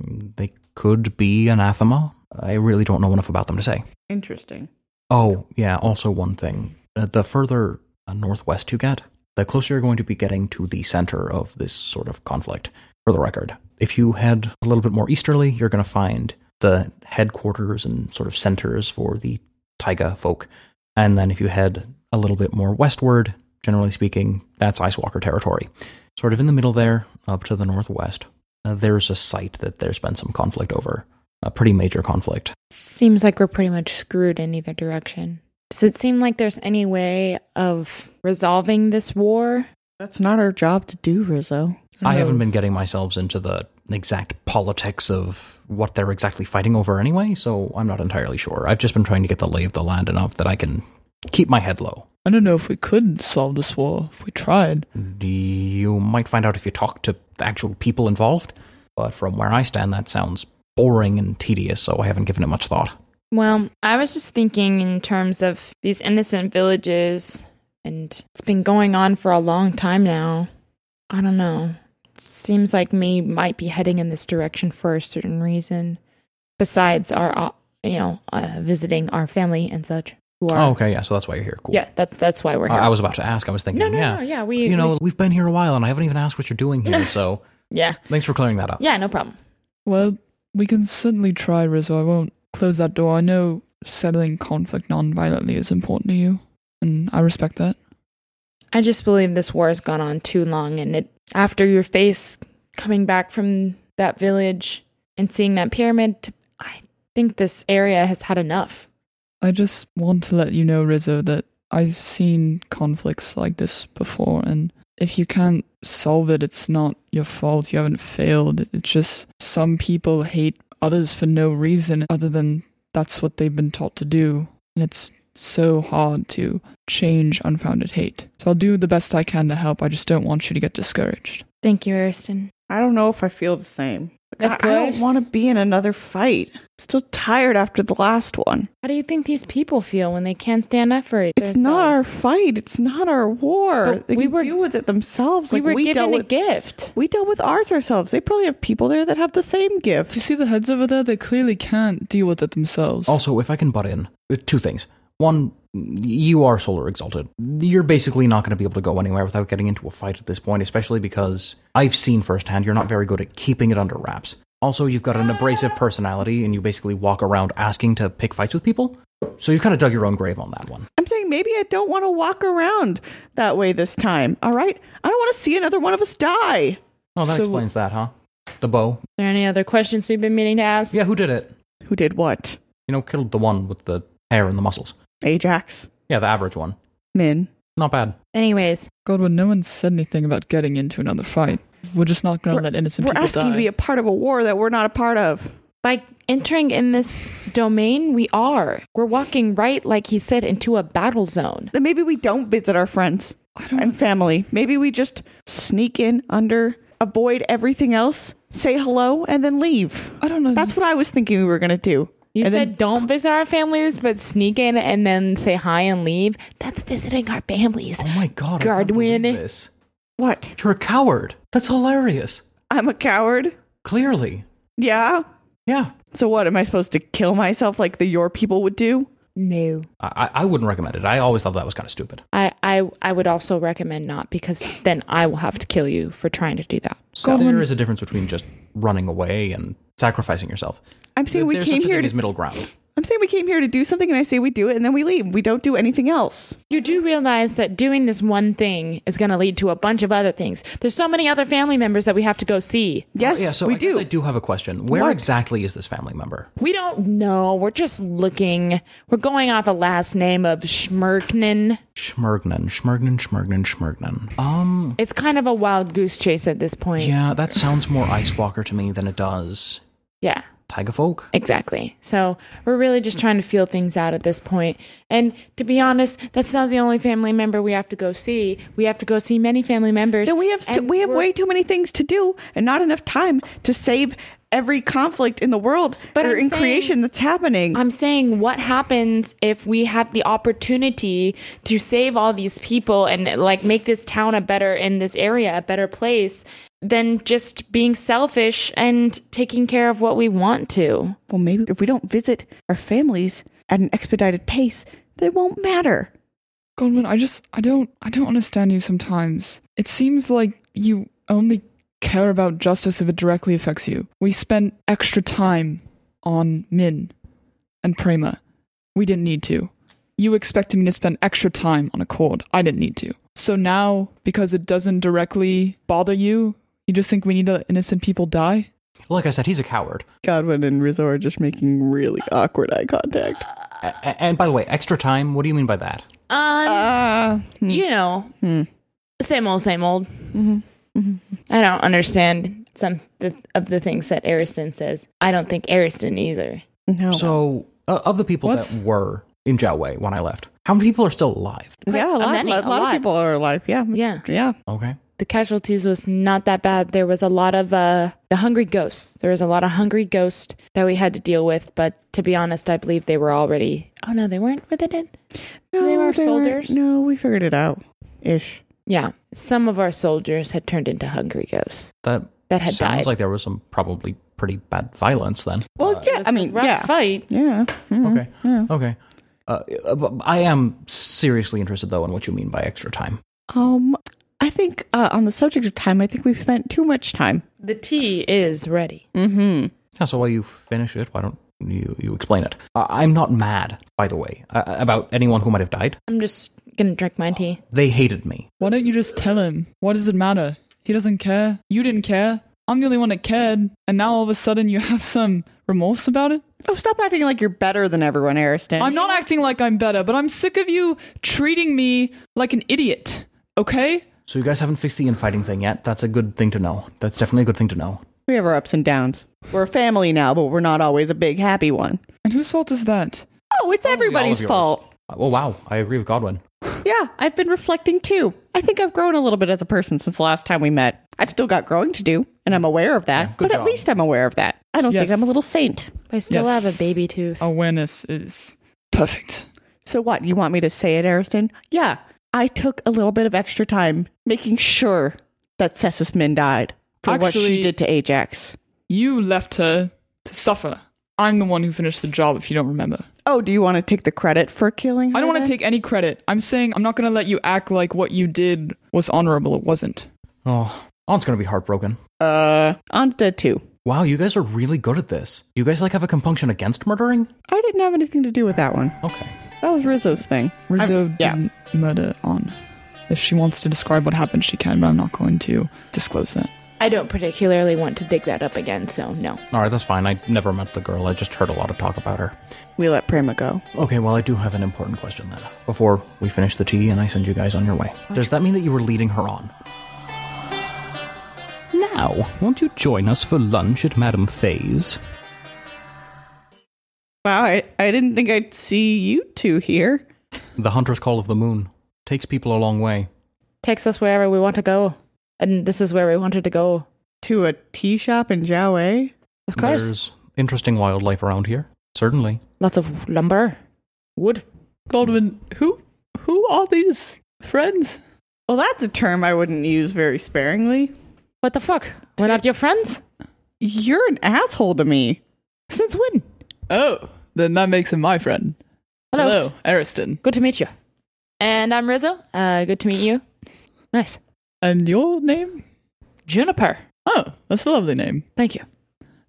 Speaker 1: Mm, They could be anathema. I really don't know enough about them to say.
Speaker 4: Interesting.
Speaker 1: Oh, yeah. Also, one thing uh, the further uh, northwest you get, the closer you're going to be getting to the center of this sort of conflict, for the record. If you head a little bit more easterly, you're going to find the headquarters and sort of centers for the taiga folk. And then if you head a little bit more westward, generally speaking, that's Icewalker territory. Sort of in the middle there, up to the northwest, uh, there's a site that there's been some conflict over, a pretty major conflict.
Speaker 3: Seems like we're pretty much screwed in either direction. Does it seem like there's any way of resolving this war?
Speaker 4: That's not our job to do, Rizzo.
Speaker 1: I
Speaker 4: Oh.
Speaker 1: haven't been getting myself into the exact politics of what they're exactly fighting over anyway, so I'm not entirely sure. I've just been trying to get the lay of the land enough that I can keep my head low.
Speaker 5: I don't know if we could solve this war if we tried.
Speaker 1: You might find out if you talk to the actual people involved, but from where I stand, that sounds boring and tedious, so I haven't given it much thought.
Speaker 3: Well, I was just thinking in terms of these innocent villages, and it's been going on for a long time now. I don't know. Seems like me might be heading in this direction for a certain reason, besides our, uh, you know, uh, visiting our family and such. Who are,
Speaker 1: Oh, okay, yeah, so that's why you're here. Cool.
Speaker 3: Yeah, that, that's why we're here.
Speaker 1: I, I was about to ask. I was thinking,
Speaker 3: no, no,
Speaker 1: yeah.
Speaker 3: no, yeah, we,
Speaker 1: You
Speaker 3: we-
Speaker 1: know, we've been here a while and I haven't even asked what you're doing here, so
Speaker 3: yeah,
Speaker 1: thanks for clearing that up.
Speaker 3: yeah, no problem.
Speaker 5: Well, we can certainly try, Rizzo. I won't close that door. I know settling conflict non-violently is important to you, and I respect that.
Speaker 3: I just believe this war has gone on too long, and it after your face coming back from that village and seeing that pyramid, I think this area has had enough.
Speaker 5: I just want to let you know, Rizzo, that I've seen conflicts like this before, and if you can't solve it, it's not your fault. You haven't failed. It's just some people hate others for no reason other than that's what they've been taught to do, and it's so hard to change unfounded hate. So I'll do the best I can to help. I just don't want you to get discouraged.
Speaker 3: Thank you, Ariston.
Speaker 6: I don't know if I feel the same.
Speaker 3: Of
Speaker 6: I, I don't
Speaker 3: course.
Speaker 6: want to be in another fight.
Speaker 4: I'm still tired after the last one.
Speaker 3: How do you think these people feel when they can't stand up for it?
Speaker 4: It's not our
Speaker 3: themselves?
Speaker 4: fight. It's not our war.
Speaker 3: But
Speaker 4: they
Speaker 3: we
Speaker 4: can
Speaker 3: were-
Speaker 4: deal with it themselves.
Speaker 3: We
Speaker 4: like
Speaker 3: were
Speaker 4: we
Speaker 3: given
Speaker 4: dealt
Speaker 3: a
Speaker 4: with.
Speaker 3: gift.
Speaker 4: we dealt with ours ourselves. They probably have people there that have the same
Speaker 5: Do
Speaker 4: gift.
Speaker 5: you see the heads over there? They clearly can't deal with it themselves.
Speaker 1: Also, if I can butt in, uh, two things. One, you are solar exalted. You're basically not going to be able to go anywhere without getting into a fight at this point, especially because I've seen firsthand you're not very good at keeping it under wraps. Also, you've got an abrasive personality and you basically walk around asking to pick fights with people. So you've kind of dug your own grave on that one.
Speaker 4: I'm saying maybe I don't want to walk around that way this time. All right, I don't want to see another one of us die.
Speaker 1: Oh, that
Speaker 5: So-
Speaker 1: explains that, huh? The bow.
Speaker 3: Are there any other questions we've been meaning to ask?
Speaker 1: Yeah, who did it?
Speaker 4: Who did what?
Speaker 1: You know, killed the one with the hair and the muscles.
Speaker 4: Ajax,
Speaker 1: Yeah, the average one.
Speaker 4: Min.
Speaker 1: Not bad.
Speaker 3: Anyways,
Speaker 5: Godwin, no one said anything about getting into another fight. We're just not going to
Speaker 4: We're-
Speaker 5: let innocent
Speaker 4: We're
Speaker 5: people
Speaker 4: asking
Speaker 5: die.
Speaker 4: to be a part of a war that we're not a part of.
Speaker 3: by entering in this domain, we are. We're walking right, like he said, into a battle zone.
Speaker 4: Then maybe we don't visit our friends and family. Maybe we just sneak in under, avoid everything else, say hello, and then leave.
Speaker 5: I don't know.
Speaker 4: That's what I was thinking we were gonna do.
Speaker 3: You
Speaker 4: And
Speaker 3: said
Speaker 4: then-
Speaker 3: don't visit our families, but sneak in and then say hi and leave. That's visiting our families.
Speaker 1: Oh my god, I can't
Speaker 3: Guardwin.
Speaker 1: believe this.
Speaker 4: What?
Speaker 1: You're a coward. That's hilarious.
Speaker 4: I'm a coward.
Speaker 1: Clearly.
Speaker 4: Yeah.
Speaker 1: Yeah.
Speaker 4: So what? Am I supposed to kill myself like the your people would do?
Speaker 3: No.
Speaker 1: I, I I wouldn't recommend it. I always thought that was kind of stupid.
Speaker 3: I, I I would also recommend not because then I will have to kill you for trying to do that.
Speaker 1: So there is a difference between just running away and sacrificing yourself.
Speaker 4: I'm saying we
Speaker 1: There's
Speaker 4: came
Speaker 1: such a
Speaker 4: here
Speaker 1: thing
Speaker 4: to
Speaker 1: as middle ground.
Speaker 4: I'm saying we came here to do something and I say we do it and then we leave. We don't do anything else.
Speaker 3: You do realize that doing this one thing is going to lead to a bunch of other things. There's so many other family members that we have to go see.
Speaker 4: Yes,
Speaker 1: Yeah, so
Speaker 4: we
Speaker 1: I guess
Speaker 4: do.
Speaker 1: I do have a question. Where
Speaker 4: What?
Speaker 1: exactly is this family member?
Speaker 3: We don't know. We're just looking. We're going off a last name of Schmerknen.
Speaker 1: Schmergnan, Schmergnan, Schmergnan, Schmergnan. Um,
Speaker 3: It's kind of a wild goose chase at this point.
Speaker 1: yeah, that sounds more Icewalker to me than it does
Speaker 3: Yeah.
Speaker 1: Tiger Folk.
Speaker 3: Exactly. So we're really just trying to feel things out at this point. And to be honest, that's not the only family member we have to go see. We have to go see many family members.
Speaker 4: Then we have st-
Speaker 3: And
Speaker 4: we have
Speaker 3: we're-
Speaker 4: way too many things to do and not enough time to save every conflict in the world
Speaker 3: But
Speaker 4: or
Speaker 3: I'm
Speaker 4: in
Speaker 3: saying-
Speaker 4: creation that's happening.
Speaker 3: I'm saying what happens if we have the opportunity to save all these people and like make this town a better in this area a better place than just being selfish and taking care of what we want to.
Speaker 4: well, maybe if we don't visit our families at an expedited pace, they won't matter.
Speaker 5: Godwin, I just I don't I don't understand you sometimes. It seems like you only care about justice if it directly affects you. We spent extra time on Min and Prema. We didn't need to. You expected me to spend extra time on Accord. I didn't need to. So now, because it doesn't directly bother you, you just think we need to let innocent people die?
Speaker 1: Like I said, he's a coward.
Speaker 6: Godwin and Rizzo are just making really awkward eye contact.
Speaker 1: A- a- and by the way, extra time, what do you mean by that?
Speaker 3: Um,
Speaker 6: Ah,
Speaker 3: you know,
Speaker 4: Uh, Hmm. Mm-hmm.
Speaker 3: same old, same old. I don't understand some th- of the things that Ariston says. I don't think Ariston either.
Speaker 4: No.
Speaker 1: So, uh, of the people
Speaker 5: What?
Speaker 1: that were in Jiaowei when I left, how many people are still alive?
Speaker 4: yeah, a lot,
Speaker 3: many,
Speaker 4: lot,
Speaker 3: a
Speaker 4: lot
Speaker 3: lot.
Speaker 4: of people are alive. Yeah.
Speaker 3: Yeah.
Speaker 4: Yeah.
Speaker 1: Okay.
Speaker 3: The casualties was not that bad. There was a lot of uh, the hungry ghosts. There was a lot of hungry ghosts that we had to deal with. But to be honest, I believe they were already. Oh no, they weren't. Were they dead?
Speaker 4: No,
Speaker 3: They were
Speaker 4: weren't-
Speaker 3: soldiers?
Speaker 4: No, we figured it out. Ish.
Speaker 3: Yeah, some of our soldiers had turned into hungry ghosts
Speaker 1: That
Speaker 3: that had
Speaker 1: sounds
Speaker 3: died.
Speaker 1: like there was some probably pretty bad violence then.
Speaker 4: Well,
Speaker 1: Uh,
Speaker 4: yeah. I mean,
Speaker 3: rough
Speaker 4: yeah.
Speaker 3: fight.
Speaker 4: Yeah. Mhm.
Speaker 1: Okay.
Speaker 4: Yeah.
Speaker 1: Okay. Uh, uh, but I am seriously interested though in what you mean by extra time.
Speaker 4: Um, I think uh, on the subject of time, I think we've spent too much time.
Speaker 3: The tea is ready.
Speaker 4: Mm-hmm.
Speaker 1: Yeah, so while you finish it, why don't you you explain it? Uh, I'm not mad, by the way, uh, about anyone who might have died.
Speaker 3: I'm just gonna drink my tea.
Speaker 1: They hated me.
Speaker 5: Why don't you just tell him? What does it matter? He doesn't care. You didn't care. I'm the only one that cared. And now all of a sudden you have some remorse about it?
Speaker 4: Oh, stop acting like you're better than everyone, Ariston.
Speaker 5: I'm not acting like I'm better, but I'm sick of you treating me like an idiot, okay?
Speaker 1: So you guys haven't fixed the infighting thing yet. That's a good thing to know. That's definitely a good thing to know.
Speaker 4: We have our ups and downs. We're a family now, but we're not always a big happy one.
Speaker 5: And whose fault is that?
Speaker 4: Oh, it's everybody's
Speaker 1: yours.
Speaker 4: fault.
Speaker 1: Oh wow, I agree with Godwin.
Speaker 4: Yeah, I've been reflecting too. I think I've grown a little bit as a person since the last time we met. I've still got growing to do, and I'm aware of that.
Speaker 1: good
Speaker 4: but
Speaker 1: job.
Speaker 4: at least I'm aware of that. I don't
Speaker 5: Yes.
Speaker 4: think I'm a little saint.
Speaker 3: I still
Speaker 5: Yes. Oh.
Speaker 3: have a baby tooth.
Speaker 5: Awareness is perfect.
Speaker 4: So what? You want me to say it, Ariston? Yeah, I took a little bit of extra time making sure that Cessus Min died for what
Speaker 5: Actually-
Speaker 4: she did to Ajax.
Speaker 5: You left her to suffer. I'm the one who finished the job if you don't remember.
Speaker 4: Oh, do you want to take the credit for killing her?
Speaker 5: I don't want to
Speaker 4: then?
Speaker 5: take any credit. I'm saying I'm not going to let you act like what you did was honorable. It wasn't.
Speaker 1: Oh, Aunt's gonna be heartbroken.
Speaker 4: Uh, An's dead too.
Speaker 1: Wow, you guys are really good at this. You guys like have a compunction against murdering?
Speaker 4: I didn't have anything to do with that one.
Speaker 1: Okay.
Speaker 4: That was Rizzo's thing.
Speaker 5: Rizzo
Speaker 4: yeah.
Speaker 5: didn't murder on. If she wants to describe what happened, she can, but I'm not going to disclose that.
Speaker 3: I don't particularly want to dig that up again, so no.
Speaker 1: All right, that's fine. I never met the girl. I just heard a lot of talk about her.
Speaker 4: We let Prima go.
Speaker 1: Okay, well, I do have an important question then. Before we finish the tea and I send you guys on your way, does that mean that you were leading her on? Now, won't you join us for lunch at Madame Fay's?
Speaker 4: Wow, I, I didn't think I'd see you two here.
Speaker 1: The Hunter's Call of the Moon takes people a long way.
Speaker 3: Takes us wherever we want to go, and this is where we wanted to go.
Speaker 4: To a tea shop in Jiaowei?
Speaker 3: Of course,
Speaker 1: There's interesting wildlife around here. Certainly.
Speaker 3: lots of lumber, wood.
Speaker 5: Goldwyn, who who are these friends?
Speaker 4: Well, that's a term I wouldn't use very sparingly.
Speaker 3: What the fuck? We're not your friends.
Speaker 4: You're an asshole to me.
Speaker 3: Since when?
Speaker 5: Oh, then that makes him my friend.
Speaker 3: Hello.
Speaker 5: Ariston.
Speaker 3: Good to meet you. And I'm Rizzo. Uh, good to meet you. Nice.
Speaker 5: And your name?
Speaker 3: Juniper.
Speaker 5: Oh, that's a lovely name.
Speaker 3: Thank you.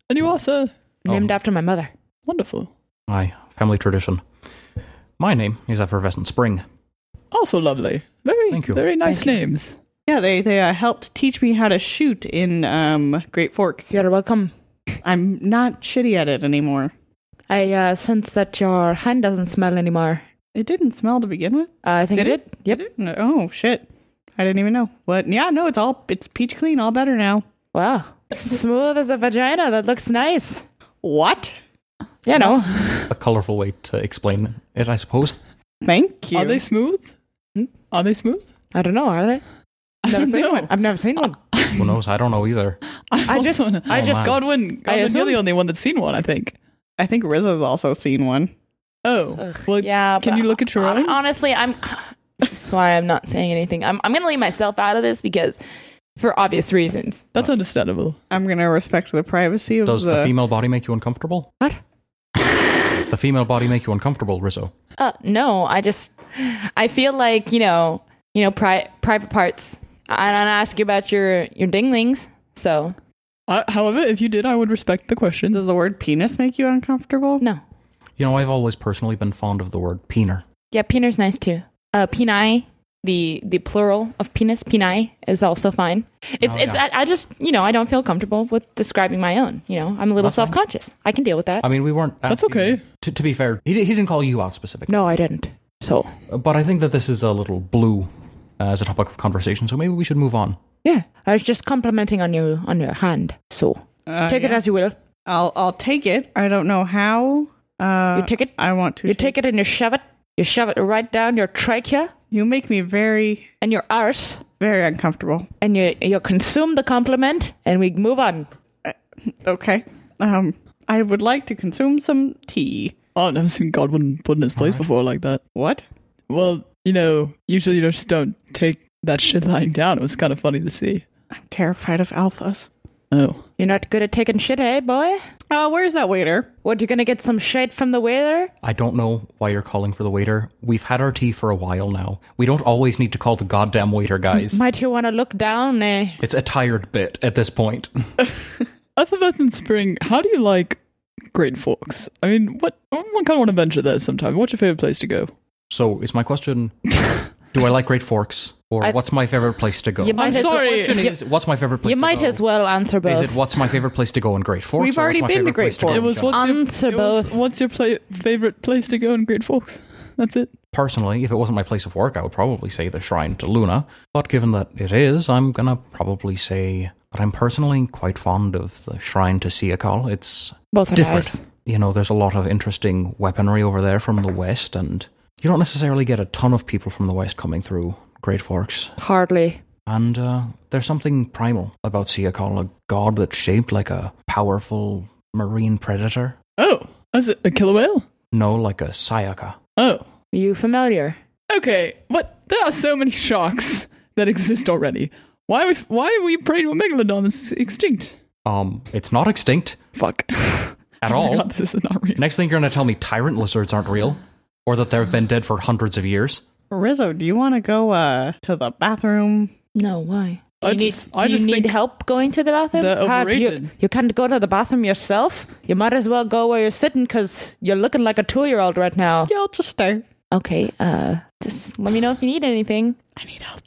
Speaker 5: And you are, sir?
Speaker 3: Named after my mother.
Speaker 5: Wonderful.
Speaker 1: Aye, family tradition. My name is Effervescent Spring.
Speaker 5: Also lovely. Very,
Speaker 1: Thank you.
Speaker 5: very nice names.
Speaker 4: Yeah, they, they uh, helped teach me how to shoot in um, Great Forks.
Speaker 3: You're welcome.
Speaker 4: I'm not shitty at it anymore.
Speaker 3: I uh, sense that your hand doesn't smell anymore.
Speaker 4: It didn't smell to begin with.
Speaker 3: Uh, I think
Speaker 4: Did
Speaker 3: it did. Yep.
Speaker 4: Did it? No- Oh, shit. I didn't even know. But yeah, no, it's all, it's peach clean, all better now.
Speaker 3: Wow. Smooth as a vagina. That looks nice.
Speaker 4: What?
Speaker 3: You know.
Speaker 1: A colorful way to explain it, I suppose.
Speaker 4: Thank you.
Speaker 5: Are they smooth?
Speaker 3: Hmm?
Speaker 5: Are they smooth?
Speaker 3: I don't know. Are they?
Speaker 5: I
Speaker 3: Never
Speaker 5: don't
Speaker 3: seen
Speaker 5: know.
Speaker 3: one. I've never seen one.
Speaker 1: Who knows? I don't know either.
Speaker 5: I,
Speaker 3: just-
Speaker 5: I
Speaker 1: Oh, just- my.
Speaker 3: I
Speaker 5: Godwin. Godwin, you're
Speaker 3: assumed-
Speaker 5: the only one that's seen one, I think.
Speaker 4: I think Rizzo's also seen one.
Speaker 5: Oh, well,
Speaker 3: yeah.
Speaker 5: Can
Speaker 3: but
Speaker 5: you look at your
Speaker 3: hon-
Speaker 5: own?
Speaker 3: Honestly, I'm. This is why I'm not saying anything. I'm. I'm gonna leave myself out of this because, for obvious reasons.
Speaker 5: That's understandable.
Speaker 4: I'm going to respect the privacy of
Speaker 1: Does
Speaker 4: the,
Speaker 1: the, female body make you uncomfortable?
Speaker 3: What?
Speaker 1: The female body make you uncomfortable, Rizzo?
Speaker 3: Uh, no, I just I feel like you know you know pri- private parts. I don't ask you about your your dinglings, so
Speaker 5: I, however, if you did, I would respect the question.
Speaker 4: Does the word penis make you uncomfortable?
Speaker 3: no.
Speaker 1: You know, I've always personally been fond of the word peener.
Speaker 3: Yeah, Peener's nice too. Uh, Peni, the the plural of penis, Peni is also fine. It's
Speaker 1: Oh,
Speaker 3: it's.
Speaker 1: yeah.
Speaker 3: I, I just you know I don't feel comfortable with describing my own. You know I'm a little
Speaker 1: That's fine.
Speaker 3: self conscious. I can deal with that.
Speaker 1: I mean, we weren't.
Speaker 5: That's
Speaker 1: asking-
Speaker 5: okay.
Speaker 1: To, to be fair, he, di- he didn't call you out specifically. Uh,
Speaker 3: no, I didn't. So
Speaker 1: But I think that this is a little blue uh, as a topic of conversation, so maybe we should move on.
Speaker 3: yeah, I was just complimenting on your on your hand. So
Speaker 1: Uh,
Speaker 3: take it as you will.
Speaker 6: I'll I'll take it. I don't know how. Uh,
Speaker 3: You take it.
Speaker 6: I want to.
Speaker 3: You take it and you shove it. You shove it right down your trachea
Speaker 6: You make me very
Speaker 3: and your arse,
Speaker 6: very uncomfortable.
Speaker 3: and you you consume the compliment, and we move on.
Speaker 6: Okay. Um, I would like to consume some tea.
Speaker 5: Oh, I've never seen Godwin put in his place before like that.
Speaker 6: What?
Speaker 5: Well, you know, usually you just don't take that shit lying down. It was kind of funny to see.
Speaker 6: I'm terrified of alphas.
Speaker 5: Oh.
Speaker 3: You're not good at taking shit, hey boy.
Speaker 6: Oh, where's that waiter?
Speaker 3: What you gonna get some shade from the waiter?
Speaker 1: I don't know why you're calling for the waiter. We've had our tea for a while now. We don't always need to call the goddamn waiter, guys.
Speaker 3: Might you want to look down? Eh?
Speaker 1: It's a tired bit at this point.
Speaker 5: Other than in spring, how do you like Great Forks? I mean, what I kind of want to venture there sometime. What's your favorite place to go?
Speaker 1: So, is my question do I like Great Forks? Or
Speaker 3: I-
Speaker 1: what's my favorite place to go?
Speaker 3: You might
Speaker 5: Oh. I'm
Speaker 3: as
Speaker 5: sorry.
Speaker 1: The question
Speaker 3: You,
Speaker 1: is, what's my favorite place
Speaker 3: you
Speaker 1: to
Speaker 3: might
Speaker 1: go?
Speaker 3: as well answer both.
Speaker 1: Is it what's my favorite place to go in Great Forks?
Speaker 6: We've
Speaker 1: or what's
Speaker 6: already
Speaker 1: my
Speaker 6: been to
Speaker 1: favorite
Speaker 6: Great
Speaker 1: place go
Speaker 6: Forks.
Speaker 5: It
Speaker 1: in
Speaker 5: was
Speaker 1: general?
Speaker 5: what's
Speaker 3: Answer
Speaker 5: your, it was
Speaker 3: both.
Speaker 5: what's your play, favorite place to go in Great Forks? That's it.
Speaker 1: Personally, if it wasn't my place of work, I would probably say the Shrine to Luna. But given that it is, I'm gonna probably say that I'm personally quite fond of the Shrine to Siakal. It's
Speaker 3: both are
Speaker 1: different.
Speaker 3: nice.
Speaker 1: You know, there's a lot of interesting weaponry over there from the West, and you don't necessarily get a ton of people from the West coming through Great Forks.
Speaker 3: Hardly.
Speaker 1: And uh, there's something primal about Siakal, a god that's shaped like a powerful marine predator.
Speaker 5: Oh, is it a killer whale?
Speaker 1: No, like a Sayaka.
Speaker 5: Oh,
Speaker 3: You familiar?
Speaker 5: okay. But there are so many sharks that exist already. Why? Are we, why are we praying to a megalodon that's extinct?
Speaker 1: Um, it's not extinct
Speaker 5: Fuck.
Speaker 1: at
Speaker 5: Oh,
Speaker 1: all.
Speaker 5: God, this is not real.
Speaker 1: Next thing you're going to tell me tyrant lizards aren't real or that they've been dead for hundreds of years.
Speaker 6: Rizzo, do you want to go uh to the bathroom?
Speaker 3: No, why? Do
Speaker 5: I
Speaker 3: you
Speaker 5: just-
Speaker 3: need, do
Speaker 5: I
Speaker 3: you
Speaker 5: just
Speaker 3: need
Speaker 5: think
Speaker 3: help going to the bathroom?
Speaker 5: they're
Speaker 3: God, you,
Speaker 5: overrated.
Speaker 3: you can't go to the bathroom yourself. You might as well go where you're sitting because you're looking like a two year old right now.
Speaker 6: Yeah, I'll just stay.
Speaker 3: Okay, uh, just let me know if you need anything.
Speaker 6: I need help.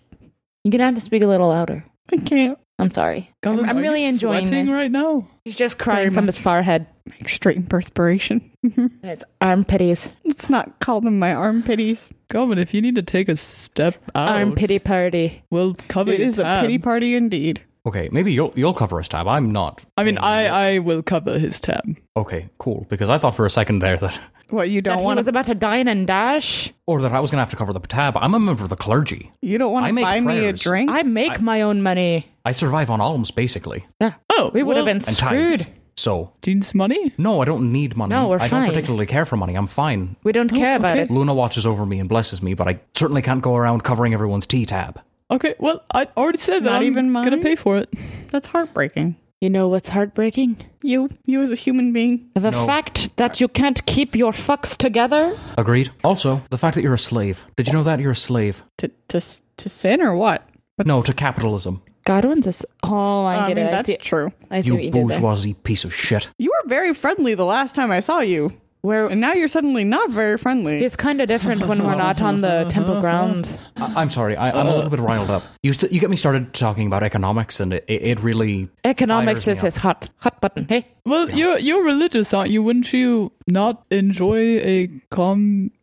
Speaker 3: You're gonna have to speak a little louder.
Speaker 6: I can't.
Speaker 3: I'm sorry.
Speaker 5: Colin,
Speaker 3: I'm, I'm
Speaker 5: are
Speaker 3: really
Speaker 5: you
Speaker 3: enjoying
Speaker 5: sweating
Speaker 3: this.
Speaker 5: right now.
Speaker 3: He's just crying from
Speaker 6: much.
Speaker 3: his forehead
Speaker 6: Like straight perspiration.
Speaker 3: and his armpitties.
Speaker 6: Let's not call them my armpitties.
Speaker 5: Colin, if you need to take a step out,
Speaker 3: Arm pity party.
Speaker 5: we'll cover
Speaker 6: It
Speaker 5: your
Speaker 6: is a
Speaker 3: um,
Speaker 5: tab.
Speaker 6: pity party indeed.
Speaker 1: Okay, maybe you'll you'll cover his tab. I'm not.
Speaker 5: I mean, I I will cover his tab.
Speaker 1: Okay, cool. Because I thought for a second there that,
Speaker 6: What you
Speaker 3: That
Speaker 6: don't
Speaker 3: he
Speaker 6: want
Speaker 3: was
Speaker 6: to?
Speaker 3: about to dine and dash.
Speaker 1: or that I was going to have to cover the tab. I'm a member of the clergy.
Speaker 6: You don't want
Speaker 1: I
Speaker 6: to
Speaker 1: make
Speaker 6: buy me a
Speaker 1: prayers.
Speaker 6: drink?
Speaker 3: Hmm? I make my own money.
Speaker 1: I survive on alms basically
Speaker 3: Yeah.
Speaker 5: Oh,
Speaker 3: we would have
Speaker 5: well,
Speaker 3: been
Speaker 1: and tithes.
Speaker 3: screwed.
Speaker 1: So
Speaker 5: Do you need some money?
Speaker 1: no, I don't need money.
Speaker 3: No, we're
Speaker 1: I
Speaker 3: fine.
Speaker 1: don't particularly care for money. I'm fine.
Speaker 3: We don't care about it.
Speaker 1: Luna watches over me and blesses me, but I certainly can't go around covering everyone's tea tab.
Speaker 5: Okay, well, I already said that
Speaker 6: Not
Speaker 5: I'm
Speaker 6: even
Speaker 5: gonna
Speaker 6: mine?
Speaker 5: pay for it.
Speaker 6: That's heartbreaking.
Speaker 3: You know what's heartbreaking?
Speaker 6: You, you as a human being,
Speaker 3: The
Speaker 1: No.
Speaker 3: fact that you can't keep your fucks together.
Speaker 1: Agreed. Also, the fact that you're a slave. Did you know that you're a slave?
Speaker 6: to to s- to sin or what? But
Speaker 1: No, to capitalism.
Speaker 3: Godwin's a. s- Oh, I
Speaker 6: I,
Speaker 3: get
Speaker 6: mean
Speaker 3: it. I
Speaker 6: that's
Speaker 3: see,
Speaker 6: true.
Speaker 3: I see
Speaker 1: You
Speaker 3: what you did there.
Speaker 1: bourgeoisie piece of shit.
Speaker 6: You were very friendly the last time I saw you,
Speaker 3: We're,
Speaker 6: and now you're suddenly not very friendly.
Speaker 3: it's kind of different when we're not on the temple grounds.
Speaker 1: I- I'm sorry, I, I'm a little bit riled up. You st- you get me started talking about economics, and it, it, it really
Speaker 3: Economics
Speaker 1: Fires
Speaker 3: is
Speaker 1: me
Speaker 3: his hot hot button. Hey,
Speaker 5: Well, you're you're religious, aren't you? Wouldn't you not enjoy a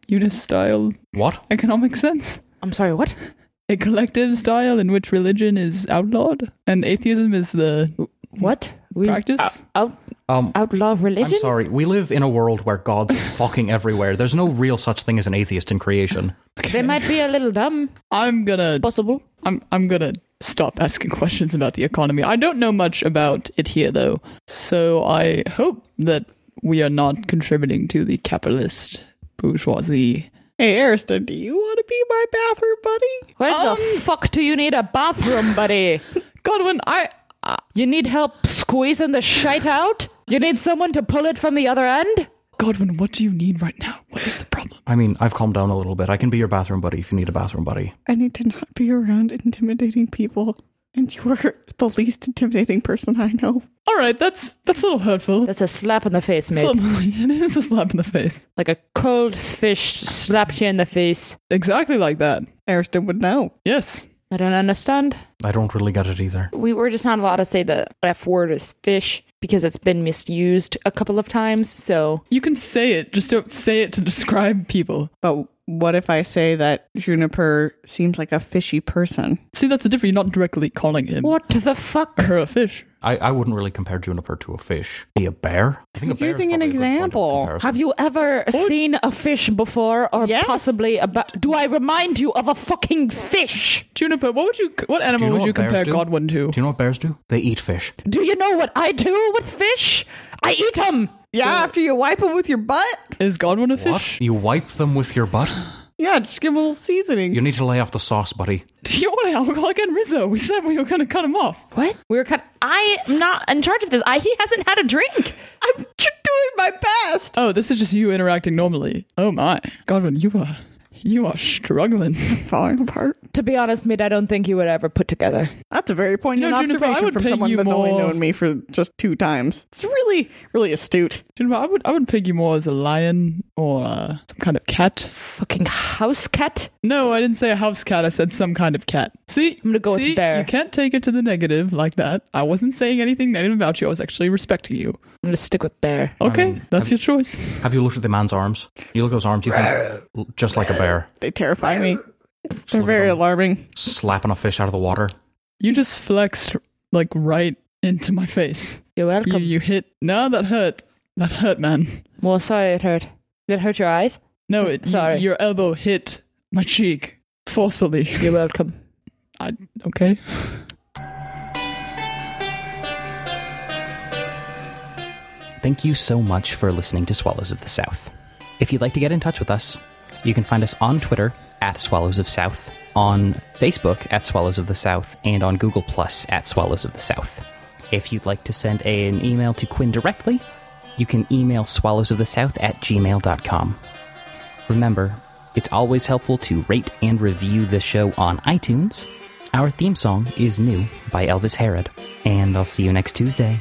Speaker 5: communist style
Speaker 1: what?
Speaker 5: economic sense?
Speaker 3: I'm sorry. What?
Speaker 5: A collective style in which religion is outlawed and atheism is the
Speaker 3: What? We
Speaker 5: practice.
Speaker 3: out,
Speaker 1: Um,
Speaker 3: outlaw
Speaker 1: I'm
Speaker 3: religion?
Speaker 1: sorry. We live in a world where God's fucking everywhere. There's no real such thing as an atheist in creation.
Speaker 3: They might be a little dumb,
Speaker 5: I'm gonna
Speaker 3: possible.
Speaker 5: I'm I'm gonna stop asking questions about the economy. I don't know much about it here though, so I hope that we are not contributing to the capitalist bourgeoisie.
Speaker 6: Hey, Ariston, do you want to be my bathroom buddy?
Speaker 3: Where the fuck do you need a bathroom, buddy?
Speaker 5: Godwin, I
Speaker 3: You need help squeezing the shite out? You need someone to pull it from the other end?
Speaker 5: Godwin, what do you need right now? What is the problem?
Speaker 1: I mean, I've calmed down a little bit. I can be your bathroom buddy if you need a bathroom buddy.
Speaker 6: I need to not be around intimidating people.
Speaker 4: and you are the least intimidating person I know.
Speaker 5: All right, that's that's a little hurtful.
Speaker 3: That's a slap in the face, mate.
Speaker 5: Slap- it is a slap in the face.
Speaker 3: Like a cold fish slapped you in the face.
Speaker 5: Exactly like that.
Speaker 4: Ariston would know.
Speaker 5: Yes.
Speaker 3: I don't understand.
Speaker 1: I don't really get it either.
Speaker 3: We were just not allowed to say the F word is fish because it's been misused a couple of times. So
Speaker 5: You can say it, just don't say it to describe people.
Speaker 4: But what if I say that Juniper seems like a fishy person?
Speaker 5: See, that's a different. You're not directly calling him
Speaker 3: what the fuck?
Speaker 5: or her a fish.
Speaker 1: I, I wouldn't really compare juniper to a fish. Be a bear? I think a bear is
Speaker 4: Using an
Speaker 1: probably a good point of
Speaker 4: example.
Speaker 1: comparison.
Speaker 3: Have you ever seen a fish before, or
Speaker 4: Yes.
Speaker 3: possibly a? Ba- do I remind you of a fucking fish?
Speaker 5: Juniper, what would you? What
Speaker 1: Do
Speaker 5: animal
Speaker 1: know
Speaker 5: would you
Speaker 1: what bears
Speaker 5: compare
Speaker 1: do?
Speaker 5: Godwin
Speaker 1: Do
Speaker 5: to?
Speaker 1: you know what bears do? They eat fish.
Speaker 3: Do you know what I do with fish? I eat them.
Speaker 6: Yeah, after you wipe them with your butt.
Speaker 5: Is Godwin a
Speaker 1: What?
Speaker 5: fish?
Speaker 1: You wipe them with your butt?
Speaker 4: Yeah, just give him a little seasoning.
Speaker 1: You need to lay off the sauce, buddy.
Speaker 5: Do you want to alcohol again, Rizzo? We said we were going to cut him off.
Speaker 3: What? We were cut. I am not in charge of this. I he hasn't had a drink.
Speaker 6: I'm j- doing my best.
Speaker 5: Oh, this is just you interacting normally. Oh my, Godwin, you are you are struggling.
Speaker 4: falling apart.
Speaker 3: To be honest, mate, I don't think you would ever put together.
Speaker 4: That's a very poignant
Speaker 5: You know, Juniper, I
Speaker 4: observation
Speaker 5: would
Speaker 4: from
Speaker 5: pay
Speaker 4: someone
Speaker 5: you
Speaker 4: that's only
Speaker 5: more-
Speaker 4: known me for just two times. It's really, really astute.
Speaker 5: Juniper, I would I would peg you more as a lion or uh, some kind of cat.
Speaker 3: Fucking house cat.
Speaker 5: No, I didn't say a house cat. I said some kind of cat. See,
Speaker 3: I'm gonna go with
Speaker 5: See?
Speaker 3: bear.
Speaker 5: You can't take it to the negative like that. I wasn't saying anything negative about you. I was actually respecting you.
Speaker 3: I'm gonna stick with bear.
Speaker 5: Okay,
Speaker 1: mean,
Speaker 5: that's your choice.
Speaker 1: Have you looked at the man's arms? You look at his arms, you think just like a bear.
Speaker 4: They terrify me.
Speaker 1: Just
Speaker 4: They're
Speaker 1: look at
Speaker 4: very
Speaker 1: them
Speaker 4: alarming.
Speaker 1: slapping a fish out of the water.
Speaker 5: You just flexed like right into my face.
Speaker 3: You're
Speaker 5: You,
Speaker 3: welcome.
Speaker 5: you hit. No, that hurt. That hurt, man.
Speaker 3: Well, sorry it hurt. Did it hurt your eyes?
Speaker 5: No, it. you-
Speaker 3: Sorry.
Speaker 5: your elbow hit my cheek forcefully.
Speaker 3: You're welcome.
Speaker 5: I, okay.
Speaker 1: Thank you so much for listening to Swallows of the South. If you'd like to get in touch with us, you can find us on Twitter at Swallows of South, on Facebook at Swallows of the South, and on Google Plus at Swallows of the South. If you'd like to send a- an email to Quinn directly, you can email swallows of the south at gmail.com. Remember, it's always helpful to rate and review the show on iTunes. Our theme song is New by Elvis Herod. And I'll see you next Tuesday.